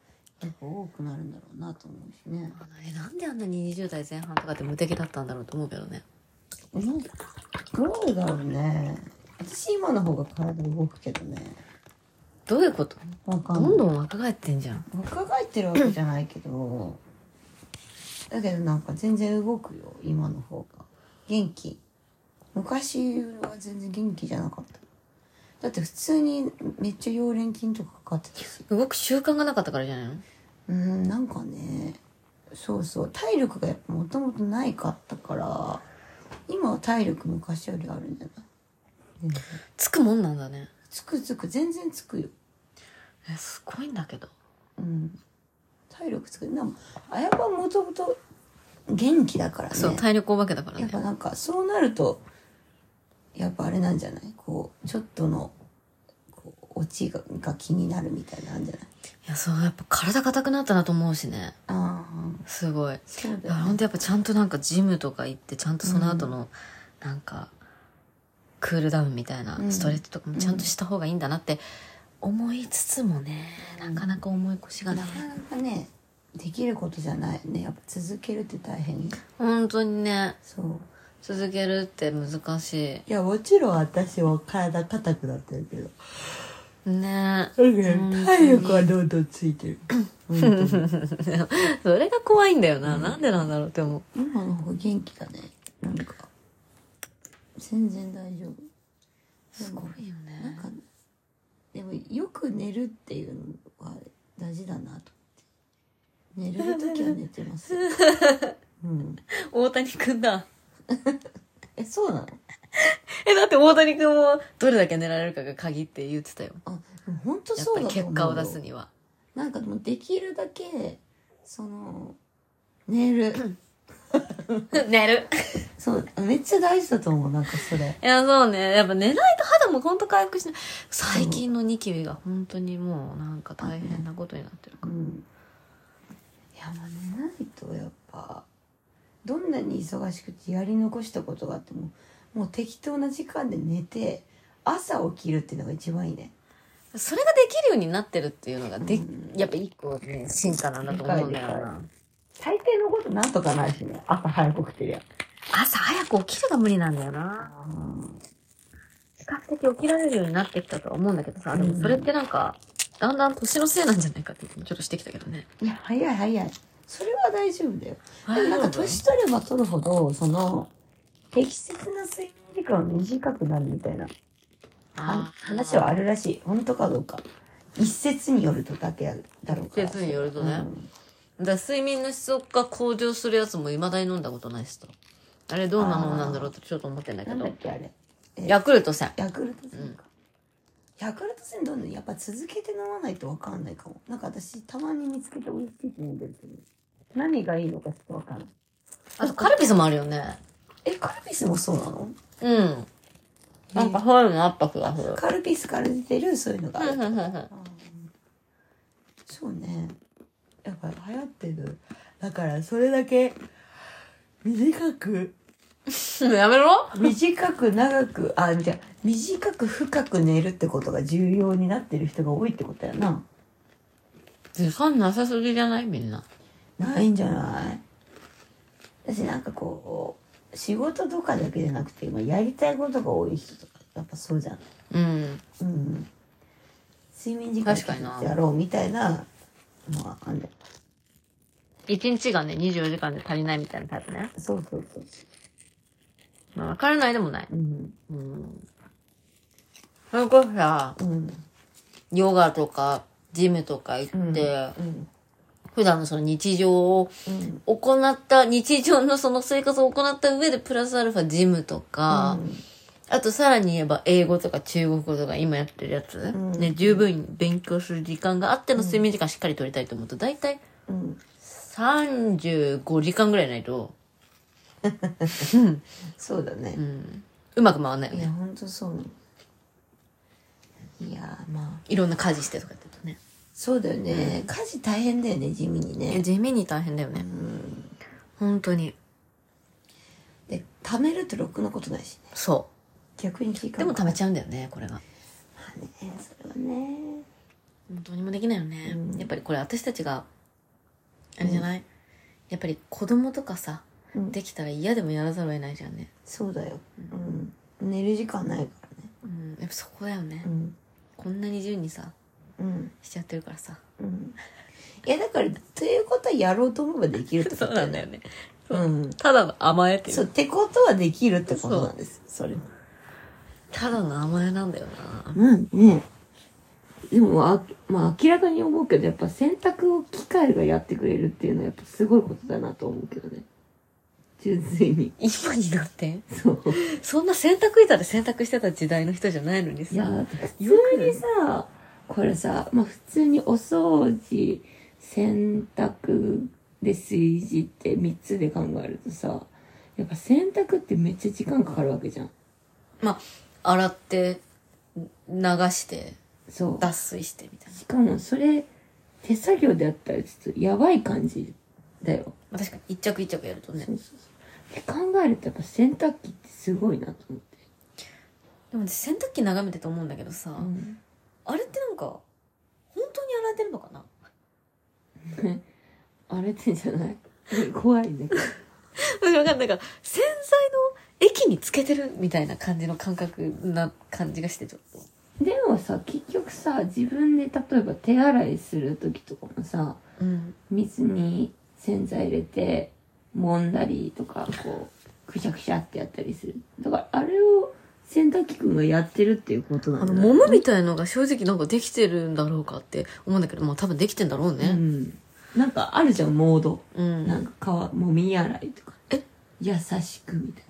Speaker 2: やっぱ多くなるんだろうなと思うしね
Speaker 1: えなんであんなに20代前半とかって無敵だったんだろうと思うけどね
Speaker 2: なんかどうだろうね私今の方が体動くけどね
Speaker 1: どういうこと
Speaker 2: わか
Speaker 1: ど
Speaker 2: んない
Speaker 1: んどん若返ってんじゃん
Speaker 2: 若返ってるわけじゃないけどだけどなんか全然動くよ今の方が元気昔は全然元気じゃなかっただって普通にめっちゃ溶連菌とかかかってたし
Speaker 1: 動く習慣がなかったからじゃないの
Speaker 2: うんなんかねそうそう体力がやっぱもともとないかったから今は体力昔よりあるんじゃない全然
Speaker 1: つくもんなんだね
Speaker 2: つくつく全然つくよ
Speaker 1: えすごいんだけど
Speaker 2: うん体力つくでもあやぱもともと元気だからね
Speaker 1: そう体力お化けだから
Speaker 2: や
Speaker 1: ね
Speaker 2: っぱなんかそうなるとやっぱあれなんじゃないこうちょっとのこう落ちがが気になるみたいなんじゃない
Speaker 1: いやそうやっぱ体硬くなったなと思うしね
Speaker 2: ああ
Speaker 1: すごい
Speaker 2: そうだ
Speaker 1: いや
Speaker 2: よ、
Speaker 1: ほん
Speaker 2: ね、
Speaker 1: とやっぱちゃんとなんかジムとか行ってちゃんとその後のなんかクールダウンみたいな
Speaker 2: うん
Speaker 1: ストレッチとかもちゃんとした方がいいんだなって思いつつもね
Speaker 2: う
Speaker 1: なんかなか重い腰が
Speaker 2: な
Speaker 1: な
Speaker 2: か
Speaker 1: い
Speaker 2: なかねできることじゃないねやっぱ続けるって大変
Speaker 1: 本当にね
Speaker 2: そう
Speaker 1: 続けるって難し
Speaker 2: いやもちろん私は体硬くなってるけど
Speaker 1: いね
Speaker 2: だけど体力はどんどんついて
Speaker 1: [laughs]
Speaker 2: る本当に
Speaker 1: それが怖いんだよな、なんでなんだろうって思う
Speaker 2: 今の方が元気だねなんか全然大丈夫すご
Speaker 1: いいよ
Speaker 2: なん
Speaker 1: ね
Speaker 2: かでもよく寝るっていうのは大事だなと思って寝れる時は寝てます、
Speaker 1: [laughs]
Speaker 2: うん、
Speaker 1: 大谷くんだ
Speaker 2: えそうなの
Speaker 1: えだって大谷くんもどれだけ寝られるかが鍵って言ってたよ
Speaker 2: あでも本当
Speaker 1: やっ
Speaker 2: そ
Speaker 1: ぱ
Speaker 2: う
Speaker 1: り
Speaker 2: だと
Speaker 1: 結
Speaker 2: 思う
Speaker 1: 果を出す
Speaker 2: よ
Speaker 1: には
Speaker 2: なんかもうできるだけその
Speaker 1: [laughs]
Speaker 2: 寝る
Speaker 1: 寝る
Speaker 2: そうめっちゃ大事だと思うなんかそれ
Speaker 1: いや、そうね。やっぱ寝ないと肌もほんと回復しない。最近のニキビが本当にもうなんか大変なことになってる。
Speaker 2: うんいやまあ寝ないとやっぱどんなに忙しくてやり残したことがあってももう適当な時間で寝て朝起きるっていうのが一番いいね
Speaker 1: それができるようになってるっていうのがで、
Speaker 2: うん
Speaker 1: やっぱ一個ね、進化なんだと思うんだよ
Speaker 2: 理解
Speaker 1: な。
Speaker 2: 大抵のことなんとかないしね朝早く起きてりゃ
Speaker 1: 朝早く起きるが無理なんだよな。比較的起きられるようになってきたとは思うんだけどさ、でもそれってなんか、だんだん年のせいなんじゃないかって気もちょっとしてきたけどね。
Speaker 2: いや早い早いそれは大丈夫だよでもなんか
Speaker 1: 大丈夫
Speaker 2: 年取れば取るほどその適切な睡眠時間は短くなるみたいな
Speaker 1: あー
Speaker 2: 話はあるらしい本当かどうか一説によるとだけだろうから
Speaker 1: 一説によるとね
Speaker 2: うん
Speaker 1: だから睡眠の質が向上するやつも未だに飲んだことないしさ。あれどうなもんなんだろうってちょっと思ってんだけ
Speaker 2: なんだっ
Speaker 1: ど。
Speaker 2: けあれ
Speaker 1: ヤクルト1000。
Speaker 2: ヤクルト戦か、ヤクルト戦どんどんやっぱ続けて飲まないと分かんないかもなんか私たまに見つけて美味しいって飲んでるけど何がいいのかちょっと分かんない
Speaker 1: あとカルピスもあるよね。
Speaker 2: えカルピスもそうなの
Speaker 1: うん。なんかそういうのあった気がする。
Speaker 2: カルピスから出てるそういうのがある、
Speaker 1: うんうんうんうん
Speaker 2: そうねやっぱ流行ってるだからそれだけ短く
Speaker 1: やめろ
Speaker 2: 短く長くあじゃあ短く深く寝るってことが重要になってる人が多いってことやな
Speaker 1: 時間なさすぎじゃないみんな。
Speaker 2: ないんじゃない私なんかこう仕事とかだけじゃなくて今やりたいことが多い人とかやっぱそうじゃん
Speaker 1: うん。
Speaker 2: うん睡眠時間
Speaker 1: 確かにな
Speaker 2: やろうみたいなのはあんだよ
Speaker 1: 一日がね、24時間で足りないみたいなタイプね。
Speaker 2: そうそうそう
Speaker 1: まあ、わからないでもない。
Speaker 2: うん
Speaker 1: うん。それこそさ、
Speaker 2: うん
Speaker 1: ヨガとか、ジムとか行って、
Speaker 2: うん
Speaker 1: 普段のその日常を
Speaker 2: うん
Speaker 1: 行った、日常のその生活を行った上でプラスアルファジムとか、あとさらに言えば英語とか中国語とか今やってるやつ、
Speaker 2: ん
Speaker 1: ね、十分勉強する時間があっての睡眠時間しっかり取りたいと思うと、だいたい
Speaker 2: うん
Speaker 1: 35時間ぐらいないと、
Speaker 2: そうだね、
Speaker 1: うん、うまく回んないよ
Speaker 2: いや
Speaker 1: ね。
Speaker 2: ほんとそういやまあ
Speaker 1: いろんな家事してとかやってるとね。
Speaker 2: そうだよね、家事大変だよね地味にね
Speaker 1: 地味に大変だよね。本当に。
Speaker 2: で貯めるとろくなことないしね
Speaker 1: そ
Speaker 2: 逆に時
Speaker 1: う。
Speaker 2: 間
Speaker 1: でも
Speaker 2: た
Speaker 1: 溜めちゃうんだよね、これが。
Speaker 2: ねそれはね
Speaker 1: どうにもできないよね、
Speaker 2: うん
Speaker 1: やっぱりこれ私たちがあれじゃない、やっぱり子供とかさ、
Speaker 2: うん
Speaker 1: できたら嫌でもやらざるを得ないじゃんね、
Speaker 2: そうだよ、うん、寝る時間ないからね
Speaker 1: うん、やっぱそこだよね、
Speaker 2: うん
Speaker 1: こんなに自由にさ
Speaker 2: うん
Speaker 1: しちゃってるからさ
Speaker 2: うんいやだからということはやろうと思えばできるってことだよね
Speaker 1: ね
Speaker 2: うん
Speaker 1: ただの甘えって
Speaker 2: そうってことはできるってことなんですそれ
Speaker 1: ただの甘えなんだよな
Speaker 2: まあねでもあまあ明らかに思うけどやっぱ洗濯を機械がやってくれるっていうのはやっぱすごいことだなと思うけどね純粋に
Speaker 1: 今になって
Speaker 2: そう
Speaker 1: そんな洗濯板で洗濯してた時代の人じゃないのにさ
Speaker 2: いや、普通にさ、これさ、まあ普通にお掃除、洗濯で炊事って3つで考えるとさ、やっぱ洗濯ってめっちゃ時間かかるわけじゃん。
Speaker 1: まあ洗って流して
Speaker 2: そう。
Speaker 1: 脱水してみたいな、
Speaker 2: しかもそれ、手作業であったらちょっとやばい感じだよ。
Speaker 1: まあ、確かに一着一着やるとね
Speaker 2: そうそうそう。って考えるとやっぱ洗濯機ってすごいなと思って。
Speaker 1: でも私洗濯機眺めてて思うんだけどさ、
Speaker 2: うん
Speaker 1: あれってなんか、本当に洗えてるのかな
Speaker 2: 荒れてんじゃない [laughs] 怖いね。
Speaker 1: 私わかんないから、洗剤の液につけてるみたいな感じの感覚な感じがしてちょっと。
Speaker 2: でもさ、結局さ、自分で例えば手洗いする時とかもさ、
Speaker 1: うん。
Speaker 2: 水に洗剤入れて揉んだりとかこうくしゃくしゃってやったりするだからあれを洗濯機くんがやってるっていうことな
Speaker 1: あ
Speaker 2: んだ
Speaker 1: の、
Speaker 2: よ
Speaker 1: 揉むみたいのが正直なんかできてるんだろうかって思うんだけど、まあ多分できてんだろう
Speaker 2: う
Speaker 1: ね。
Speaker 2: ん、なんかあるじゃんモード、
Speaker 1: うん。
Speaker 2: なんか皮もみ洗いとか
Speaker 1: え
Speaker 2: 優しくみたい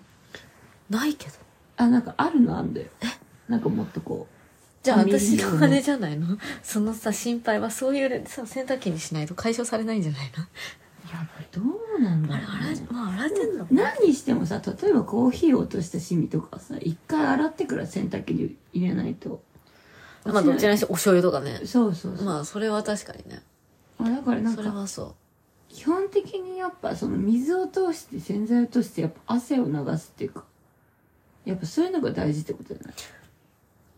Speaker 1: ないけど。
Speaker 2: なあなんかあるのあんだよなんかもっとこ
Speaker 1: じゃあ私
Speaker 2: 水色
Speaker 1: の
Speaker 2: の
Speaker 1: あれじゃないのそのさ、心配はそういうさ、洗濯機にしないと解消されないんじゃないの
Speaker 2: ういやどうなんだろ
Speaker 1: あれ
Speaker 2: う、ね、
Speaker 1: まあ洗えてんの
Speaker 2: 何にしてもさ例えばコーヒーを落としたシミとかさ一回洗ってから洗濯機に入れないと
Speaker 1: まあどちらにしてもお醤油とかね。
Speaker 2: そうそうそう、
Speaker 1: まあそれは確かにね。
Speaker 2: あ、だからなん
Speaker 1: それ
Speaker 2: か
Speaker 1: はそう。
Speaker 2: 基本的にやっぱその水を通して洗剤を通してやっぱ汗を流すっていうかやっぱそういうのが大事ってことじゃない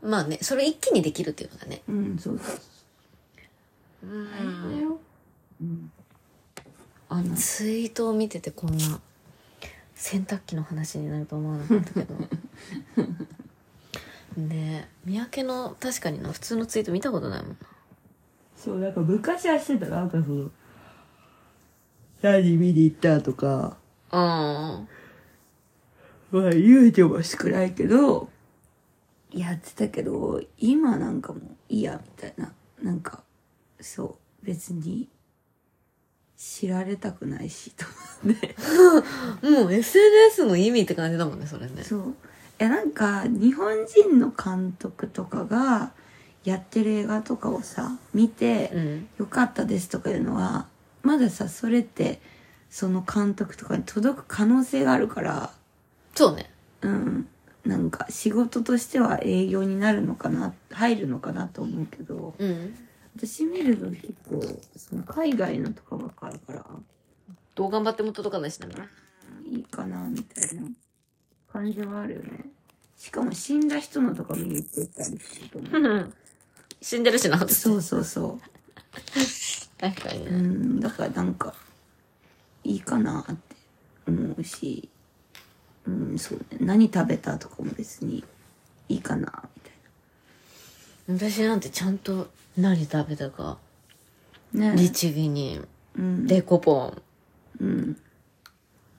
Speaker 1: まあね、それ一気にできるっていうのがね。
Speaker 2: うんそうそ
Speaker 1: う
Speaker 2: う
Speaker 1: ん
Speaker 2: そうだようんあの
Speaker 1: ツイートを見ててこんな洗濯機の話になると思わなかった [laughs] けど。ねえ、三宅の確かにな、普通のツイート見たことないもんな。
Speaker 2: そうなんか昔はしてたなんかその何見に行ったとか
Speaker 1: あ
Speaker 2: まあ言うても少ないけどやってたけど今なんかもういいやみたいななんかそう別に知られたくないしと思って
Speaker 1: あ。もう SNS の意味って感じだもんね、それね。
Speaker 2: そう。いや、なんか、日本人の監督とかが、やってる映画とかをさ、見て
Speaker 1: う、ん。
Speaker 2: よかったですとかいうのは、まださ、それって、その監督とかに届く可能性があるから、
Speaker 1: そうね。
Speaker 2: うん。なんか、仕事としては営業になるのかな、入るのかなと思うけど、
Speaker 1: うん。
Speaker 2: 私見ると結構、その海外のとかばっかだから、
Speaker 1: どう頑張っても届かないしなみたいな。
Speaker 2: いいかな、みたいな感じはあるよね。しかも死んだ人のとか見に行ってたりすると思う。
Speaker 1: [laughs] 死んでるしな、私
Speaker 2: そうそうそ
Speaker 1: 確かに
Speaker 2: う。う
Speaker 1: ね。
Speaker 2: ん、だからなんか、いいかなって思うし、うん、そうね。何食べたとかも別にいいかな、み
Speaker 1: 私なんてちゃんと何食べたか、
Speaker 2: たいな。ね
Speaker 1: 律儀に、
Speaker 2: うん、
Speaker 1: デコポン、
Speaker 2: うん、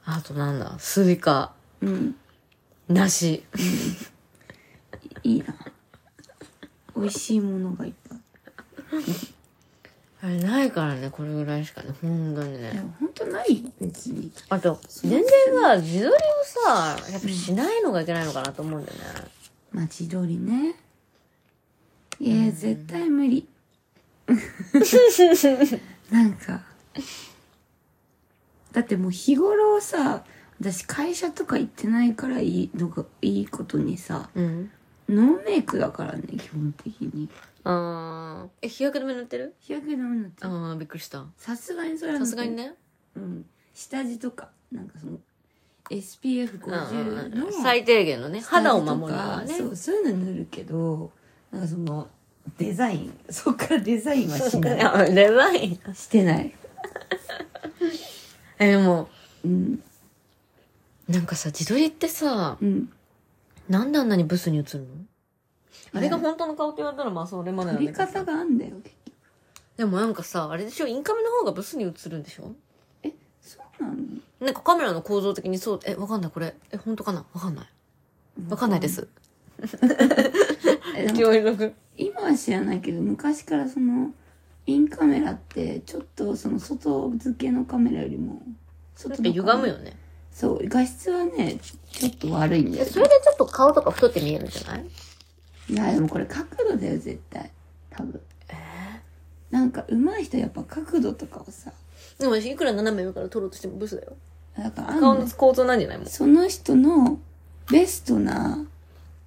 Speaker 1: あとなんだ、スイカ、
Speaker 2: うん、
Speaker 1: 梨。
Speaker 2: いいな。美味しいものがいっぱい。
Speaker 1: あれないからね、これぐらいしかね、本当に
Speaker 2: いや
Speaker 1: ね。
Speaker 2: 本当ない別に
Speaker 1: あと、全然さ、自撮りをさ、やっぱしないのがいけないのかなと思うん [laughs] だよね。
Speaker 2: まあ自撮りねいや、絶対無理なんかだってもう日頃さ私会社とか行ってないからいいのがいいことにさ
Speaker 1: うん。
Speaker 2: ノーメイクだからね基本的に
Speaker 1: あー。え、日焼け止め塗ってる
Speaker 2: 日焼け止めなんて
Speaker 1: あー、びっくりした。
Speaker 2: さすがにそれは
Speaker 1: さすがにね。
Speaker 2: うん下地とかなんかその SPF50 の、
Speaker 1: うん最低限のね、肌を守るのは
Speaker 2: 下地
Speaker 1: ね
Speaker 2: と。かそうそういうの塗るけどなんかそのデザイン [laughs] そっからデザインはしない
Speaker 1: あデザイン。
Speaker 2: してない
Speaker 1: え、でも、
Speaker 2: うん
Speaker 1: なんかさ、自撮りってさ、
Speaker 2: うん
Speaker 1: なんであんなにブスに映るのあれが
Speaker 2: ね
Speaker 1: 本当の顔って言われたらまあそれまで
Speaker 2: 撮
Speaker 1: なんだ
Speaker 2: り
Speaker 1: けど
Speaker 2: 方があんだよ結局
Speaker 1: でもなんかさ、あれでしょインカメの方がブスに映るんでしょ
Speaker 2: そうなの
Speaker 1: なんかカメラの構造的にそう、え、わかんないこれ。え、本当かなわかんない。わかんないです。
Speaker 2: えでも
Speaker 1: 教育。
Speaker 2: 今は知らないけど昔からそのインカメラってちょっとその外付けのカメラよりも
Speaker 1: なん
Speaker 2: 外
Speaker 1: か
Speaker 2: のカメ
Speaker 1: 歪
Speaker 2: ラ
Speaker 1: むよね。
Speaker 2: そう画質はねちょっと悪いんだよ、ね
Speaker 1: そ、れでちょっと顔とか太って見えるんじゃない
Speaker 2: いやでもこれ角度だよ絶対多分なんか上手い人やっぱ角度とかをさ
Speaker 1: でも私いくら斜め上から撮ろうとしてもブスだよ。
Speaker 2: だからあん
Speaker 1: 顔
Speaker 2: の
Speaker 1: の構造なんじゃないもん。
Speaker 2: その人のベストな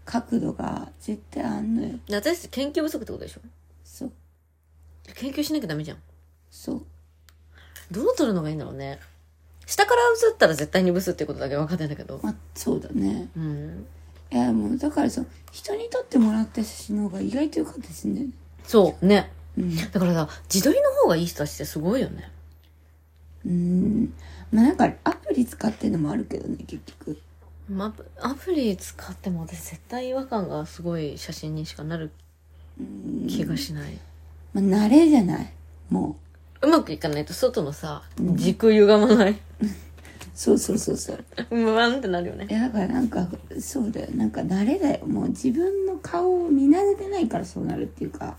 Speaker 2: 角度が絶対あんのよ
Speaker 1: で私たち研究不足ってことでしょ
Speaker 2: そう
Speaker 1: 研究しなきゃダメじゃん。
Speaker 2: そう
Speaker 1: どう撮るのがいいんだろうね。下から映ったら絶対にブスってことだけ分かってんだけど。
Speaker 2: まあそうだね
Speaker 1: うん。
Speaker 2: いやもうだからさ人に撮ってもらった写真の方が意外と良かったりすんだよね
Speaker 1: そう、ね。
Speaker 2: うん
Speaker 1: だからさ、自撮りの方がいい人たちってすごいよね。
Speaker 2: うーんまあなんかアプリ使ってるのもあるけどね結局
Speaker 1: まアプリ使っても私絶対違和感がすごい写真にしかなる気がしない、
Speaker 2: まあ慣れじゃないも
Speaker 1: うまくいかないと外のさ軸歪まない
Speaker 2: うそうそうそうそう
Speaker 1: うわんってなるよね
Speaker 2: いやだからなんかそうだよなんか慣れだよもう自分の顔を見慣れてないからそうなるっていうか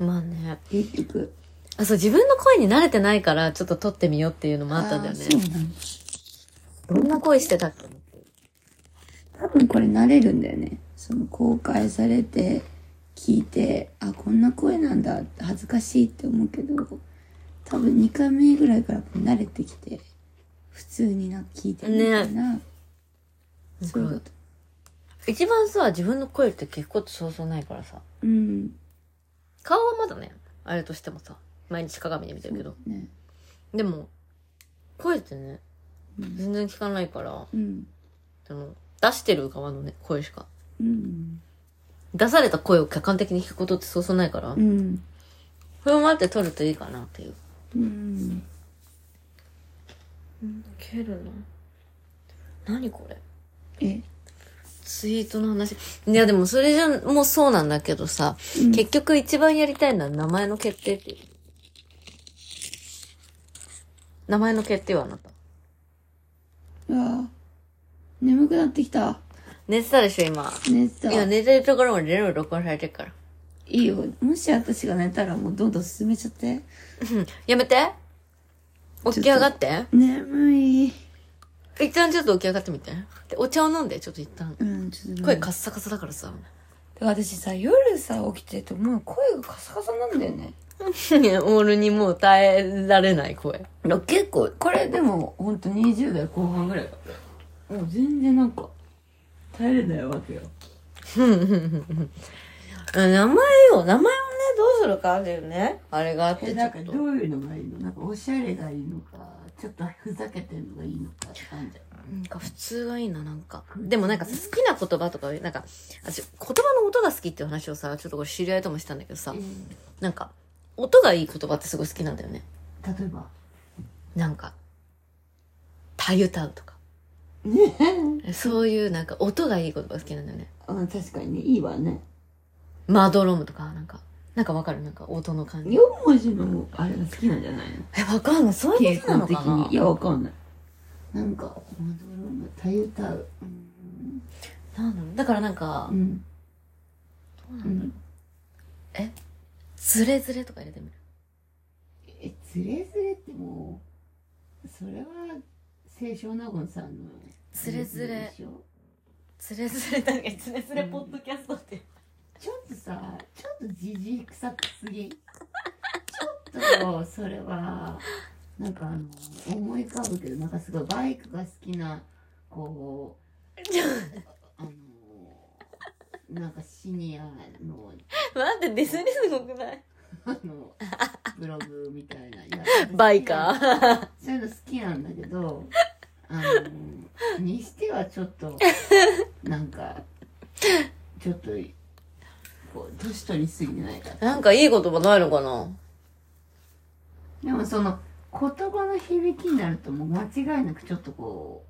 Speaker 1: まあね
Speaker 2: 結局
Speaker 1: あそう自分の声に慣れてないからちょっと撮ってみようっていうのもあったんだよ
Speaker 2: あーそう
Speaker 1: ね
Speaker 2: なんだ
Speaker 1: どんな声してたっけ
Speaker 2: 多分これ慣れるんだよねその公開されて聞いてあこんな声なんだ恥ずかしいって思うけど多分2回目ぐらいから慣れてきて普通にな聞いてるみたいな、そうだと
Speaker 1: 一番さ自分の声って聞くことそうそうないからさ
Speaker 2: うん
Speaker 1: 顔はまだねあれとしてもさ毎日鏡で見てるけど
Speaker 2: ね
Speaker 1: でも声ってね全然聞かないから
Speaker 2: うん
Speaker 1: でも出してる側のね声しか
Speaker 2: うん
Speaker 1: 出された声を客観的に聞くことってそうそうないから、
Speaker 2: うん
Speaker 1: それを待って撮るといいかなっていう。
Speaker 2: うん
Speaker 1: けるな。何これ
Speaker 2: え
Speaker 1: ツイートの話。いやでもそれじゃ、もうそうなんだけどさ、
Speaker 2: うん
Speaker 1: 結局一番やりたいのは名前の決定っていう。名前の決定はあなた。
Speaker 2: うわ眠くなってきた
Speaker 1: 寝てたでしょ今。
Speaker 2: 寝てた
Speaker 1: いや、寝てるところまで全部録音されてるから。
Speaker 2: いいよもし私が寝たらもうどんどん進めちゃって
Speaker 1: やめて起き上がって
Speaker 2: 眠い
Speaker 1: 一旦ちょっと起き上がってみて。で、お茶を飲んで、ちょっと一旦。
Speaker 2: うんちょっと
Speaker 1: 声カッサカサだからさ。
Speaker 2: 私さ夜さ起きてるともう声がカサカサなんだよね
Speaker 1: [laughs] いやオールにもう耐えられない声。
Speaker 2: 結構これでも本当二20代後半ぐらいもう全然なんか耐えれないわけよ
Speaker 1: 名前を、名前をね、どうするかだよね。あれがあって、
Speaker 2: え
Speaker 1: ちょ
Speaker 2: な
Speaker 1: っ
Speaker 2: んか
Speaker 1: と
Speaker 2: ど。ういうのがいいのなんかおしゃれがいいのかちょっとふざけてるのがいいのかって感じ
Speaker 1: なんか普通がいいな、なんか。でもなんか好きな言葉とか、なんか、私、言葉の音が好きっていう話をさ、ちょっとこれ知り合いともしたんだけどさ、なんか、音がいい言葉ってすごい好きなんだよね。
Speaker 2: 例えば
Speaker 1: なんか、たゆたうとか。
Speaker 2: ね [laughs]
Speaker 1: そういうなんか音がいい言葉好きなんだよね。
Speaker 2: うん確かにねいいわね
Speaker 1: まどろむとか、なんか、なんかわかるなんか音の感じ。
Speaker 2: 4文字のあれが好きなんじゃないの
Speaker 1: え、わかんない。そういう
Speaker 2: 傾
Speaker 1: ことな
Speaker 2: 向
Speaker 1: の
Speaker 2: 的
Speaker 1: かな
Speaker 2: にいやわかんないなんかまどろむたゆたう
Speaker 1: なんだろうだからなんか
Speaker 2: う、ん
Speaker 1: ずれずれとか入れてみる。
Speaker 2: えズレズレってもうそれは清少納言さんの
Speaker 1: ズレズレ
Speaker 2: でしょ
Speaker 1: つれつれ、確かにつれつれポッドキャストって。
Speaker 2: ちょっとさちょっとじじい臭くすぎちょっとそれはなんかあの思い浮かぶけどなんかすごいバイクが好きなこうあのなんかシニアの
Speaker 1: 待って、ディスりすごくない
Speaker 2: あのブログみたいなやつ
Speaker 3: バイカー。
Speaker 2: そういうの好きなんだけど、あの、にしてはちょっと、なんか、ちょっと、こう、年取りすぎないか。
Speaker 1: なんかいい言葉ないのかな
Speaker 2: でもその、言葉の響きになるともう間違いなくちょっとこ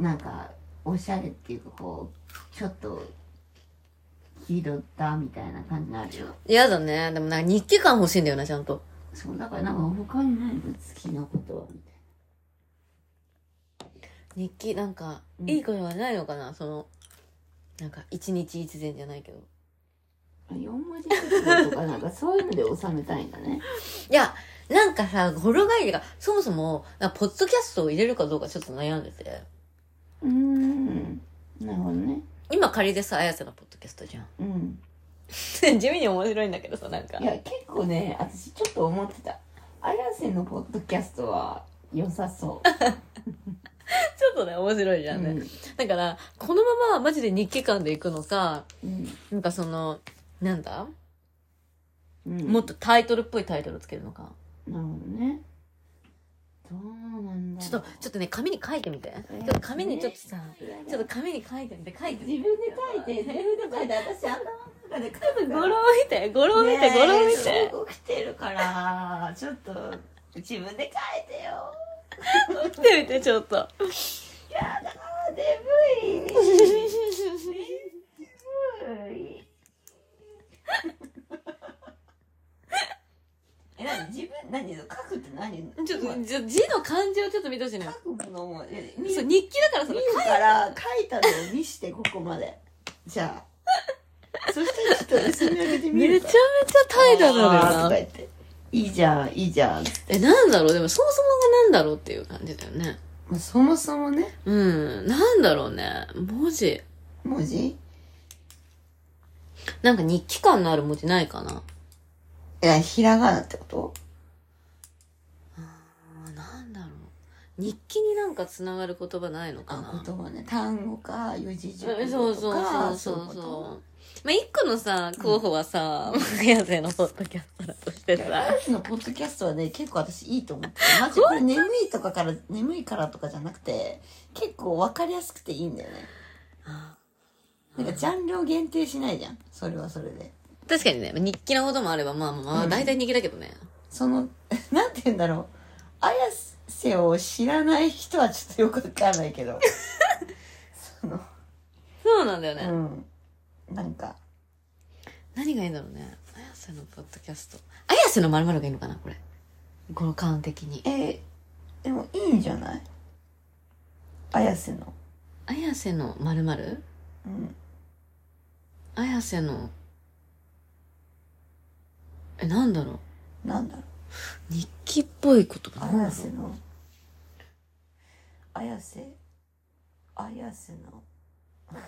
Speaker 2: う、なんか、おしゃれっていうかこう、ちょっと、気取ったみたいな感じになるよ。
Speaker 1: 嫌だね。でもなんか日記感欲しいんだよな、ちゃんと。
Speaker 2: そう、だからなんか他にないの好きなことは、みたい
Speaker 1: 日記、なんか、いい言葉ないのかなその、なんか、一日一善じゃないけど。
Speaker 2: な。4文字熟語とかなんかそういうので収めたいんだね。
Speaker 1: いや、なんかさ、語呂がいいが、そもそも、なんかポッドキャストを入れるかどうかちょっと悩んでて。
Speaker 2: うーんなるほどね。
Speaker 1: 今仮でさ、綾瀬のポッドキャストじゃん。 [laughs]
Speaker 2: うん。
Speaker 1: 地味に面白いんだけどさ、なんか
Speaker 2: い。や、結構ね、私ちょっと思ってた。綾瀬のポッドキャストは良さそう。
Speaker 1: ちょっとね、面白いじゃんね。だから、このままマジで日記間で行くのか、
Speaker 2: うん。
Speaker 1: なんかその、なんだ、
Speaker 2: うん。
Speaker 1: もっとタイトルっぽいタイトルつけるのか。
Speaker 2: なるほどね。どうなんだ
Speaker 1: ちょっと、ちょっとね、紙に書いてみて。
Speaker 2: えー
Speaker 1: ちょっと紙にちょっとさ、
Speaker 2: と
Speaker 1: ちょっと紙に書いてみて、書いてみて。
Speaker 2: 自分で書いて、自分で書いて、私頭の中で書いて
Speaker 1: 語呂を見て、語呂を見て、語呂を見て。
Speaker 2: 起きてるから、ちょっと、自分で書いてよ。
Speaker 1: 来てみて、ちょっ [laughs] と。
Speaker 2: やだー、眠い。 [laughs] え、なに自分、何書くって何
Speaker 1: ちょっ
Speaker 2: ま
Speaker 1: と、ちょ字の漢字をちょっと見てほしいのよ。
Speaker 2: 書くのも、え見
Speaker 1: そう、
Speaker 2: る
Speaker 1: 日記だからさ、
Speaker 2: 見るから書いたのを見して、ここまで。じゃ
Speaker 1: [laughs]
Speaker 2: あ。そしたらちょっと積み上げてみ
Speaker 1: め
Speaker 2: る
Speaker 1: ちゃめちゃ怠惰なの
Speaker 2: あーと
Speaker 1: よ
Speaker 2: か
Speaker 1: な。
Speaker 2: 言って。いいじゃん、いいじゃん。
Speaker 1: え、なんだろうでも、そもそもがなんだろうっていう感じだよね。
Speaker 2: まあそもそもね、
Speaker 1: うん、なんだろうね。文字。
Speaker 2: 文字
Speaker 1: なんか日記感のある文字ないかな。
Speaker 2: いや、ひらがなってこと
Speaker 1: あなんだろう。日記になんかつながる言葉ないのかな
Speaker 2: あ、。言葉ね。単語か、四字熟
Speaker 1: そう
Speaker 2: 語
Speaker 1: そう
Speaker 2: と
Speaker 1: そ
Speaker 2: か。
Speaker 1: うそう
Speaker 2: いこと
Speaker 1: そう。まあ、一個のさ、候補はさ、やせのポッドキャストだとしてさ
Speaker 2: ラ。イスのポッドキャストはね、結構私いいと思ってる。マジこれ眠いとかから、眠いからとかじゃなくて、結構わかりやすくていいんだよね。なんかジャンルを限定しないじゃん。それはそれで。
Speaker 1: 確かにね、日記のこともあれば、まあまあ、
Speaker 2: うん
Speaker 1: 大体日記だけどね。
Speaker 2: その、 [laughs] なんて言うんだろう。綾瀬を知らない人はちょっとよくわかんないけど。その、
Speaker 1: そうなんだよ
Speaker 2: う
Speaker 1: ね。
Speaker 2: ん。なんか、
Speaker 1: 何がいいんだろうね。綾瀬のポッドキャスト。綾瀬のまるがいいのかなこれ。語感的に。
Speaker 2: えーでもいいんじゃない綾瀬の。
Speaker 1: 綾瀬のまる
Speaker 2: うん。
Speaker 1: 綾瀬の、え、なんだろう。
Speaker 2: なんだろう。
Speaker 1: 日記っぽいことかな
Speaker 2: 綾瀬の綾瀬綾瀬の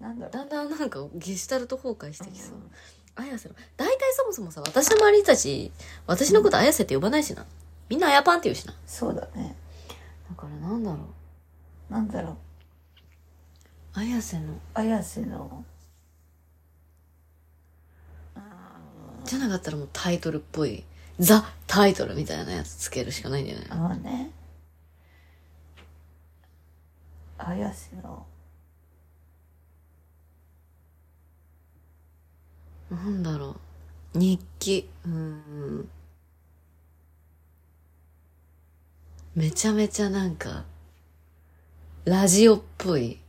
Speaker 2: なんだろ
Speaker 1: だんだんなんかゲシュタルト崩壊し
Speaker 2: う
Speaker 1: てきそう。
Speaker 2: うん
Speaker 1: 綾瀬の、大体そもそもさ、私の周りたち、私のこと綾瀬って呼ばないしな。みんなあやパンって言うしな。
Speaker 2: そうだね
Speaker 1: だからなんだろう。
Speaker 2: なんだろう
Speaker 1: 綾瀬の、
Speaker 2: 綾瀬の
Speaker 1: じゃなかったらもうタイトルっぽい、ザ・タイトルみたいなやつつけるしかないんだよね。
Speaker 2: あのね綾瀬の
Speaker 1: なんだろう。日記。うーん。めちゃめちゃなんか、ラジオっぽい、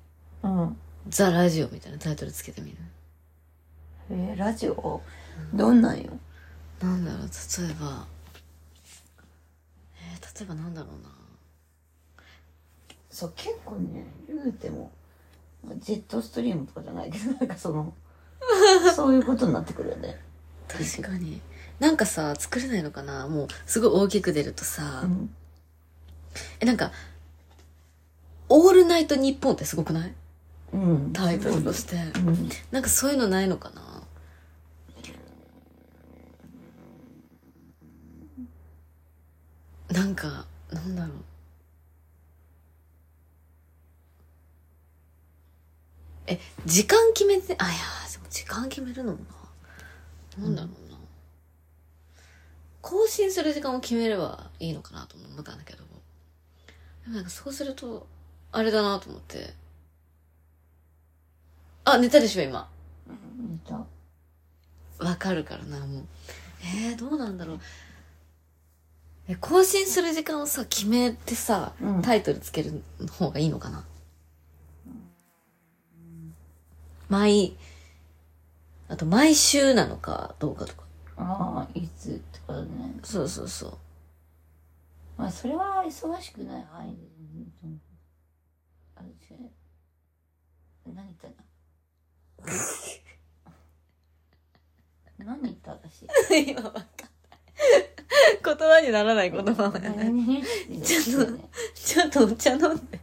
Speaker 2: うん
Speaker 1: ザ・ラジオみたいなタイトルつけてみる。
Speaker 2: えーラジオどんなんよ
Speaker 1: なんだろう、例えば、えー、例えばなんだろうな。
Speaker 2: そう結構ね言うてもジェットストリームとかじゃないけどなんかそのそういうことになってくるよね
Speaker 1: 確かに。なんかさ、作れないのかなもう、すごい大きく出るとさ、
Speaker 2: うん
Speaker 1: え、なんか、オールナイト日本ってすごくない
Speaker 2: うん
Speaker 1: タイトルとして。
Speaker 2: うん
Speaker 1: なんかそういうのないのかななんか、なんだろう。え、時間決めて、あ、いやー、でも時間決めるのもな。なんだろうな。更新する時間を決めればいいのかなとも思ったんだけど。でもなんかそうすると、あれだなと思って。あ、寝たでしょ、今。
Speaker 2: 見た
Speaker 1: わかるからな、もう。えー、どうなんだろう。え更新する時間をさ、決めてさ、
Speaker 2: うん
Speaker 1: タイトルつける方がいいのかな。毎、あと毎週なのかどうかとか。
Speaker 2: ああいつってことね
Speaker 1: そうそうそう。
Speaker 2: まあそれは忙しくない範囲でうんあ違う何言ったんだ何言った私
Speaker 1: [laughs] 今わかんない。言葉にならない言葉はね。
Speaker 2: 何言ってんの
Speaker 1: ちょっとちょっとお茶飲んで。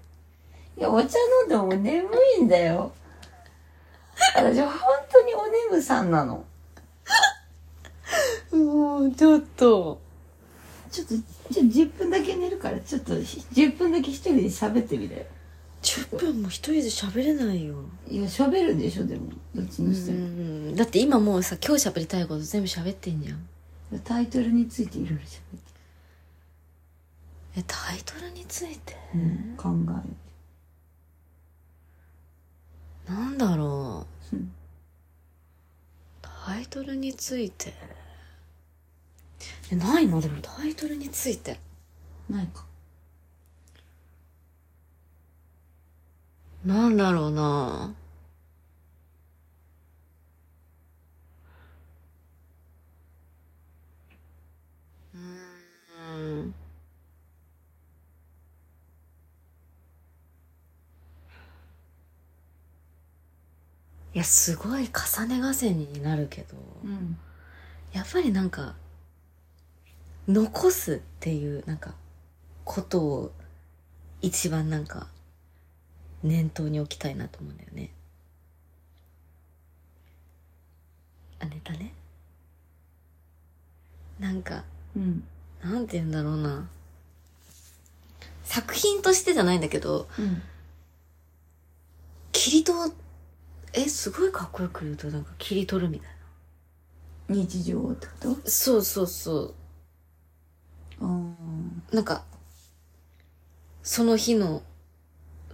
Speaker 2: いや、お茶飲んでももう眠いんだよ。私、本当にお眠さんなの。
Speaker 1: もう、ちょっと。
Speaker 2: ちょっと、ちょっと10分だけ寝るから、ちょっとひ10分だけ一人で喋ってみたよ。
Speaker 1: 10分も一人で喋れないよ。
Speaker 2: いや、喋るんでしょ、でも。どっちにして
Speaker 1: う
Speaker 2: も。
Speaker 1: んだって今もうさ今日喋りたいこと全部喋ってんじゃん
Speaker 2: タイトルについていろいろ喋って。
Speaker 1: えタイトルについて
Speaker 2: うん、考え
Speaker 1: なんだろう、
Speaker 2: うん
Speaker 1: タイトルについてえないのでもタイトルについて
Speaker 2: る。ないか。
Speaker 1: なんだろうなうーんいやすごい重ね重ねになるけど
Speaker 2: うん。
Speaker 1: やっぱりなんか残すっていうなんかことを一番なんか念頭に置きたいなと思うんだよね。あ寝たね。なんか
Speaker 2: うん。
Speaker 1: なんて言うんだろうな作品としてじゃないんだけど
Speaker 2: うん。
Speaker 1: 切り取えすごいかっこよく言うとなんか切り取るみたい
Speaker 2: 日常ってこと
Speaker 1: な。そうそうそう
Speaker 2: うん。
Speaker 1: なんか、その日の、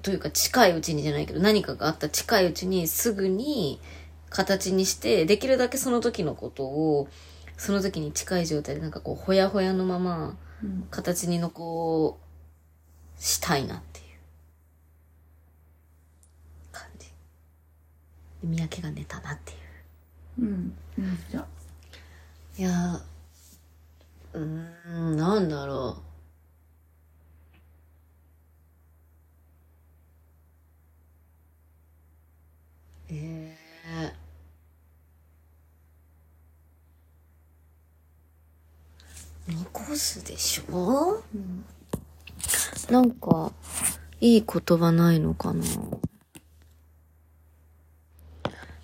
Speaker 1: というか近いうちにじゃないけど、何かがあった近いうちにすぐに形にして、できるだけその時のことを、その時に近い状態でなんかこう、ほやほやのまま、
Speaker 2: うん。
Speaker 1: 形に残したいなっていう感じ。で三宅が寝たなっていう。
Speaker 2: うん。うん。じゃあ
Speaker 1: いやー、うーん、なんだろう。えー。残すでしょ
Speaker 2: うん。
Speaker 1: なんか、いい言葉ないのかな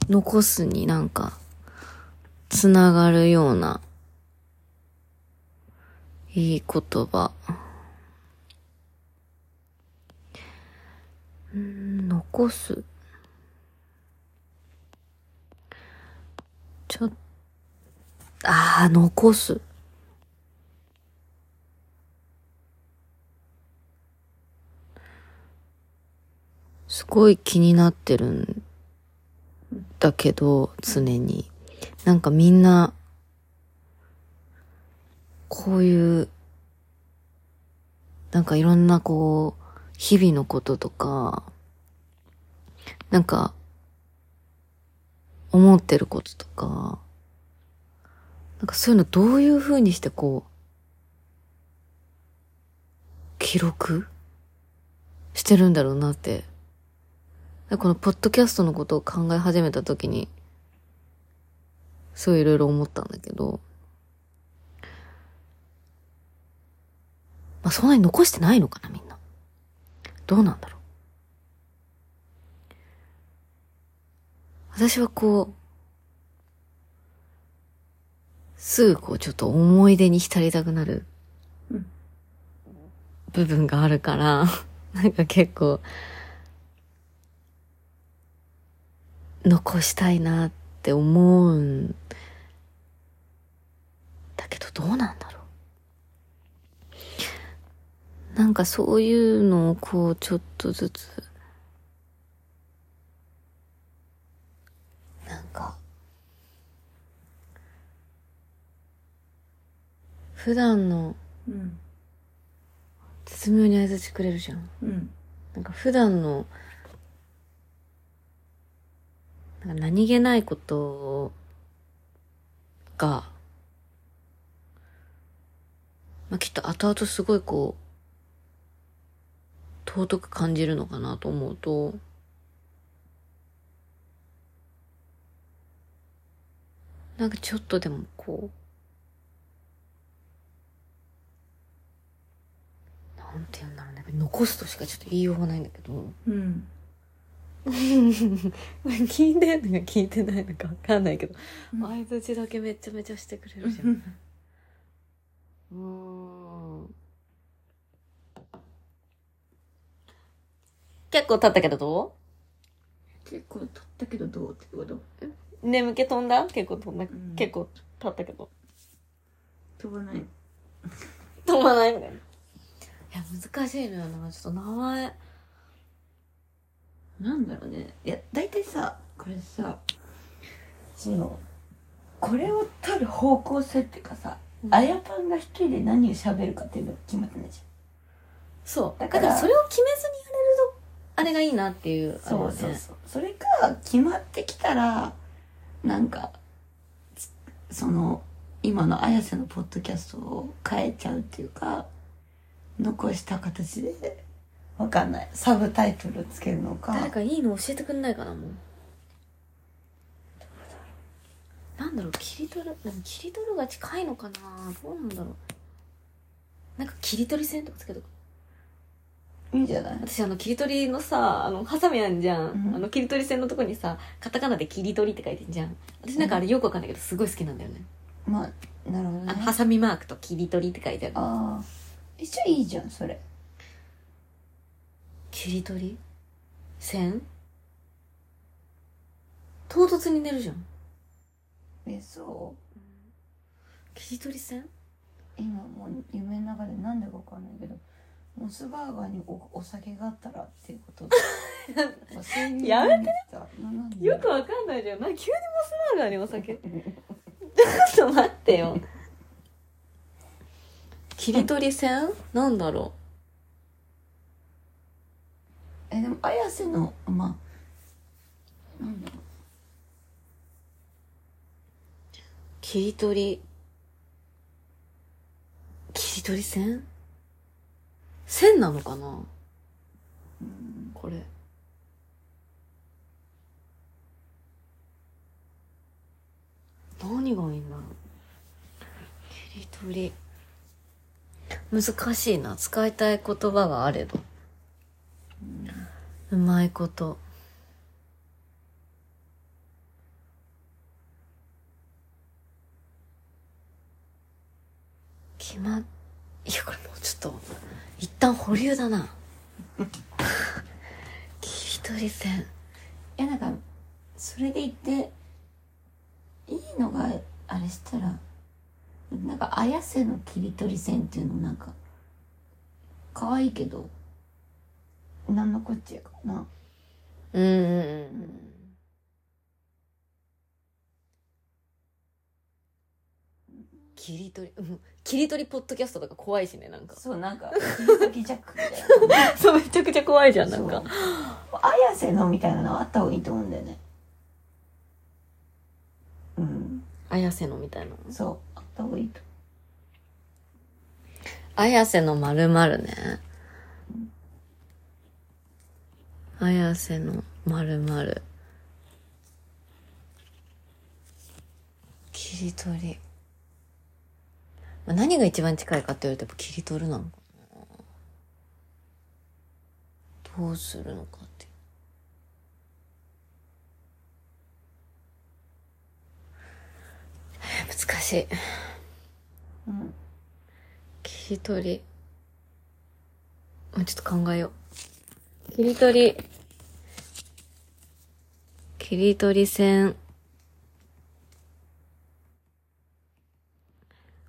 Speaker 1: 残すになんか、つながるような、いい言葉。うーん残す。ちょっ、ああ、残す。すごい気になってるんだけど、常に。なんかみんな、こういう、なんかいろんなこう、日々のこととか、なんか、思ってることとか、なんかそういうのどういう風にしてこう、記録してるんだろうなってこのポッドキャストのことを考え始めた時に、すごいいろいろ思ったんだけど、あそんなに残してないのかな、みんな。どうなんだろう。私はこう、すぐこうちょっと思い出に浸りたくなる
Speaker 2: うん
Speaker 1: 部分があるから、 [laughs] なんか結構、残したいなって思うんだけどどうなんだろう。なんかそういうのをこうちょっとずつ、なんか、普段の
Speaker 2: うん
Speaker 1: 絶妙に相づちくれるじゃん。
Speaker 2: うん
Speaker 1: なんか普段の、なんか何気ないことが、まあ、きっと後々すごいこう、尊く感じるのかなと思うと、なんかちょっとでもこう、なんて言うんだろうね。残すとしかちょっと言いようがないんだけど。
Speaker 2: うん
Speaker 1: [laughs] 聞いてんのか聞いてないのかわかんないけど
Speaker 2: うん
Speaker 1: 相づちだけめちゃめちゃしてくれるじゃ [laughs] んうーん結構経ったけどど
Speaker 2: 結構取ったけどどうってこと
Speaker 1: う眠気飛んだ結構飛んだ、
Speaker 2: ん
Speaker 1: 結構経ったけど
Speaker 2: 飛ばない
Speaker 1: 飛ばないみたいないや難しいのよなちょっと名前
Speaker 2: なんだろうねいや大体さこれさそのこれを取る方向性っていうかさ、あやぱんが一人で何を喋るかっていうのが決まってないじ
Speaker 1: そうだ
Speaker 2: だ
Speaker 1: か
Speaker 2: からら
Speaker 1: それを決めずにやれるとあれがいいなっていう
Speaker 2: ゃんそう
Speaker 1: あ
Speaker 2: そ
Speaker 1: れだ
Speaker 2: う
Speaker 1: ね
Speaker 2: そうそれが決まってきたらなんかつその今の綾瀬のポッドキャストを変えちゃうっていうか残した形でわかんないサブタイトルをつけるのか
Speaker 1: 誰かいいの教えてくんないかなもうなんだろう切り取るでも切り取るが近いのかなどうなんだろうなんか切り取り線とかつけとく
Speaker 2: いいんじゃない
Speaker 1: 私あの切り取りのさあのハサミあんじゃん、
Speaker 2: うん
Speaker 1: あの切り取り線のとこにさカタカナで切り取りって書いてんじゃん私なんかあれよくわかんないけどすごい好きなんだよね、
Speaker 2: まあなるほど
Speaker 1: あの
Speaker 2: ね
Speaker 1: ハサミマークと切り取りって書いてある
Speaker 2: ああ一応いいじゃんそれ
Speaker 1: 切り取り線唐突に寝るじゃん
Speaker 2: えそう
Speaker 1: 切り取り線
Speaker 2: 今もう夢の中でなんでかわかんないけどモスバーガーにおお酒があったらっていうこと
Speaker 1: [laughs]
Speaker 2: で
Speaker 1: やめ
Speaker 2: て
Speaker 1: よくわかんないじゃん。な急にモスバーガーにお酒。ちょっと待ってよ。 [laughs] 切り取り線なんだろ
Speaker 2: えでも綾瀬のまあなんだろ
Speaker 1: う。切り取り。切り取り線線なのかなこれ。何がいいんだろう。切り取り。難しいな。使いたい言葉があれば。うまいこと。決まっ、いや、これもうちょっと、一旦保留だな。 [laughs] 切り取り線。
Speaker 2: ういやなんかそれで言っていいのがあれしたらなんか綾瀬の切り取り線っていうのもなんか可愛いけどなんのこっちゃかな
Speaker 1: うんうんうん。切り取り、うん、切り取りポッドキャストとか怖いしね、なんか。
Speaker 2: そうなんか切り取りジャックみたい
Speaker 1: [laughs]
Speaker 2: な
Speaker 1: そう、めちゃくちゃ怖いじゃん、な
Speaker 2: そ
Speaker 1: ん
Speaker 2: う
Speaker 1: か。
Speaker 2: 綾瀬のみたいなのあった方がいいと思うんだよねうん
Speaker 1: 綾瀬のみたいな。
Speaker 2: そうあった方がいいと
Speaker 1: 綾瀬のまるまるね。綾瀬のまるまる。切り取り。まあ何が一番近いかって言われてやっぱ切り取るなのかな。どうするのかっていう難しい
Speaker 2: うん
Speaker 1: 切り取りもうちょっと考えよう切り取り切り取り線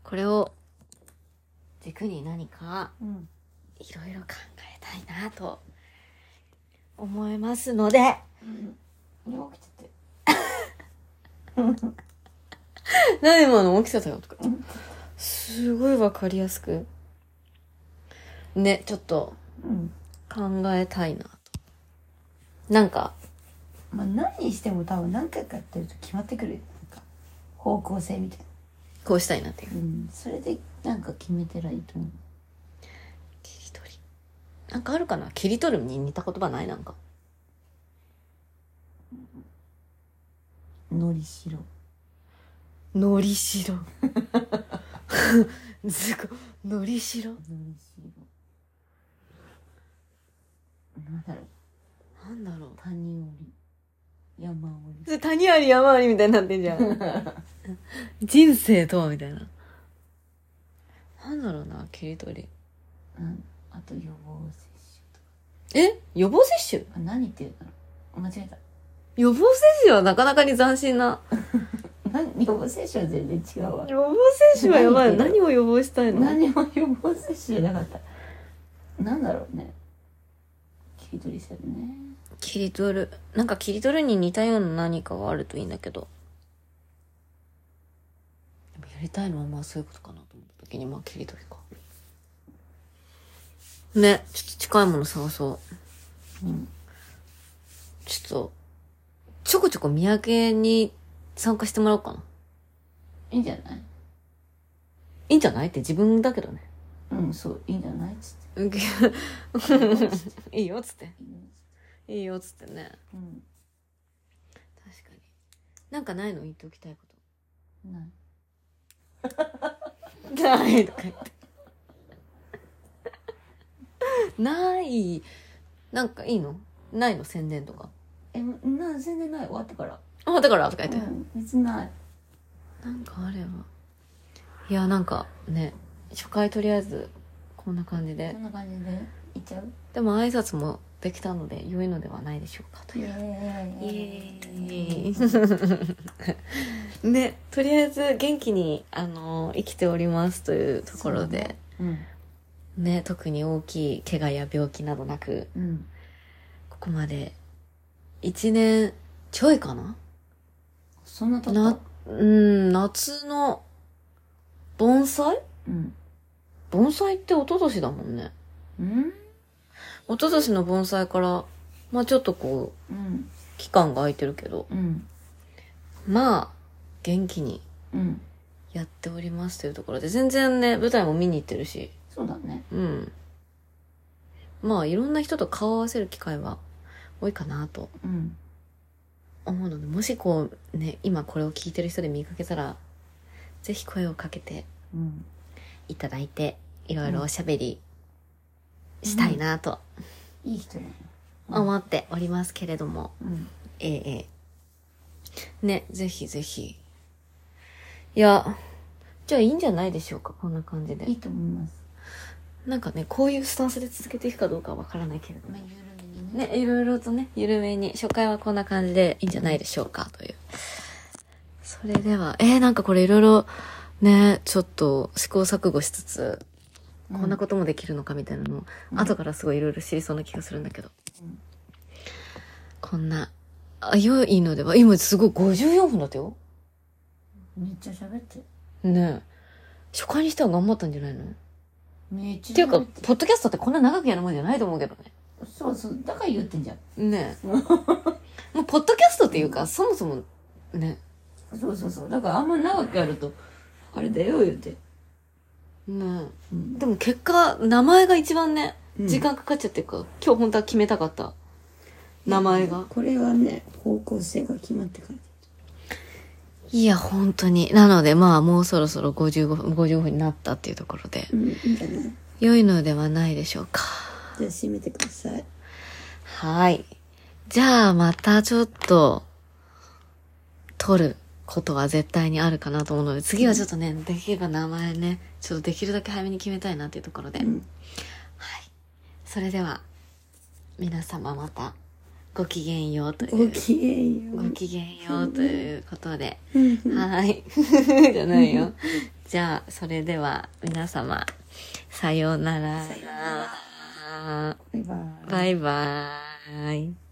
Speaker 1: これを軸に何か
Speaker 2: うん
Speaker 1: いろいろ考えたいなと思いますので
Speaker 2: うん起きてて
Speaker 1: 何今の起きてたよとかすごいわかりやすくねちょっと
Speaker 2: うん
Speaker 1: 考えたいなとなんか
Speaker 2: まあ何にしても多分何回かやってると決まってくるよなんか方向性みたいな
Speaker 1: こうしたいなっていう
Speaker 2: うんそれでなんか決めたらいいと思う
Speaker 1: 切り取りなんかあるかな切り取るに似た言葉ないなんか
Speaker 2: のりしろ
Speaker 1: のりしろ [laughs] すごいのりしろ
Speaker 2: のりしろなんだろう
Speaker 1: なんだろう
Speaker 2: 谷折り山折り
Speaker 1: それ谷あり山ありみたいになってんじゃん。 [laughs] 人生とはみたいな。なんだろうな、切り取り。
Speaker 2: うんあと予防接種と
Speaker 1: え予防接種
Speaker 2: かあ何って言うんだろう間違えた
Speaker 1: 予防接種はなかなかに斬新な。
Speaker 2: 何予防接種は全然違うわ
Speaker 1: 予防接種はやばい。何を予防したいの
Speaker 2: 何も予防接種じゃなかったなんだろうね切り取りしてるね
Speaker 1: 切り取る。なんか切り取るに似たような何かがあるといいんだけど。でもやりたいのはまあそういうことかなと思った時に、まあ切り取りか。ね、ちょっと近いもの探そう。
Speaker 2: うん
Speaker 1: ちょっと、ちょこちょこ土産に参加してもらおうかな。
Speaker 2: いいんじゃない
Speaker 1: いいんじゃないって自分だけどね。
Speaker 2: うんそういいんじゃないっつっ
Speaker 1: [laughs]
Speaker 2: [laughs]
Speaker 1: いいよっつって。
Speaker 2: ていい
Speaker 1: い
Speaker 2: よ
Speaker 1: いよっつってね。
Speaker 2: うん
Speaker 1: 確かに。なんかないの言っておきたいこ
Speaker 2: ない
Speaker 1: と。 [laughs] ないとか言って。ない。なんかいいのないの宣伝とか。
Speaker 2: えな全然ない終わってから
Speaker 1: あ、だからとか言って。
Speaker 2: うん別にない
Speaker 1: なんかあれば。いや、なんかね、初回とりあえず、こんな感じで
Speaker 2: こ。んな感じでいっちゃう
Speaker 1: でも挨拶もできたので良いのではないでしょうかと
Speaker 2: イ
Speaker 1: い
Speaker 2: エ
Speaker 1: う。
Speaker 2: ーイ
Speaker 1: イエーイ [laughs] ね、とりあえず元気に、あの生きておりますというところで、
Speaker 2: うん
Speaker 1: ね、特に大きい怪我や病気などなく、
Speaker 2: うん
Speaker 1: ここまで、1年ちょいかな
Speaker 2: そんなとこ
Speaker 1: な、うん、夏の、盆栽
Speaker 2: うん
Speaker 1: 盆栽って一昨年だもんね。
Speaker 2: うん
Speaker 1: 一昨年の盆栽から、まあちょっとこう、
Speaker 2: うん
Speaker 1: 期間が空いてるけど、
Speaker 2: うん
Speaker 1: まあ、元気に
Speaker 2: うん
Speaker 1: やっておりますというところで、全然ね、舞台も見に行ってるし、
Speaker 2: そうだね
Speaker 1: うん。まあ、いろんな人と顔を合わせる機会は多いかなと
Speaker 2: うん
Speaker 1: 思うので、もしこう、ね、今これを聞いてる人で見かけたら、ぜひ声をかけて
Speaker 2: うん
Speaker 1: いただいて、いろいろおしゃべりしたいなと
Speaker 2: いい人だね
Speaker 1: 思っておりますけれども、
Speaker 2: うん
Speaker 1: ええええね、ぜひぜひ。いや、じゃあいいんじゃないでしょうか、こんな感じで
Speaker 2: い。いと思います
Speaker 1: なんかね、こういうスタンスで続けていくかどうかはわからないけれども
Speaker 2: まあ、緩めにね
Speaker 1: ね、いろいろとね、緩めに、初回はこんな感じでいいんじゃないでしょうか、という。それでは、えー、なんかこれいろいろ、ね、ちょっと試行錯誤しつつ、
Speaker 2: うん
Speaker 1: こんなこともできるのかみたいなのも、後からすごいいろいろ知りそうな気がするんだけど。
Speaker 2: うん
Speaker 1: こんな、あ、良いのでは、今すごい54分だったよ。
Speaker 2: めっちゃ喋ってる
Speaker 1: ね初回にしては頑張ったんじゃないのっ
Speaker 2: めっちゃ
Speaker 1: ていうか、
Speaker 2: 喋って
Speaker 1: ポッドキャストってこんな長くやるもんじゃないと思うけどね。
Speaker 2: るそうそうだから言ってんじゃん
Speaker 1: ね [laughs] え。もう、ポッドキャストっていうか、そもそも、ね。
Speaker 2: そうそうそうだからあんま長くやるとあれだよ言うて、
Speaker 1: ね
Speaker 2: う
Speaker 1: え。
Speaker 2: ん、
Speaker 1: でも結果、名前が一番ね、
Speaker 2: うん
Speaker 1: 時間かかっちゃってるから、今日本当は決めたかった。名前が。
Speaker 2: これはね方向性が決まってから
Speaker 1: いや、本当に。なので、まあ、もうそろそろ55分、55分になったっていうところで、
Speaker 2: うんいいんじゃない
Speaker 1: 良いのではないでしょうか。
Speaker 2: じゃあ閉めてください
Speaker 1: はい。じゃあまたちょっと、撮ることは絶対にあるかなと思うので、次はちょっとね、できれば名前ね、ちょっとできるだけ早めに決めたいなっていうところで。はい。それでは、皆様また、ごきげんようという。
Speaker 2: ごきげんよ
Speaker 1: ご
Speaker 2: う。
Speaker 1: きげんようということで。
Speaker 2: うん
Speaker 1: はい。 [laughs] じゃないよ。 [laughs] じゃあ、それでは皆様、さようなら。
Speaker 2: さようなバイバイ。
Speaker 1: バイバーイ。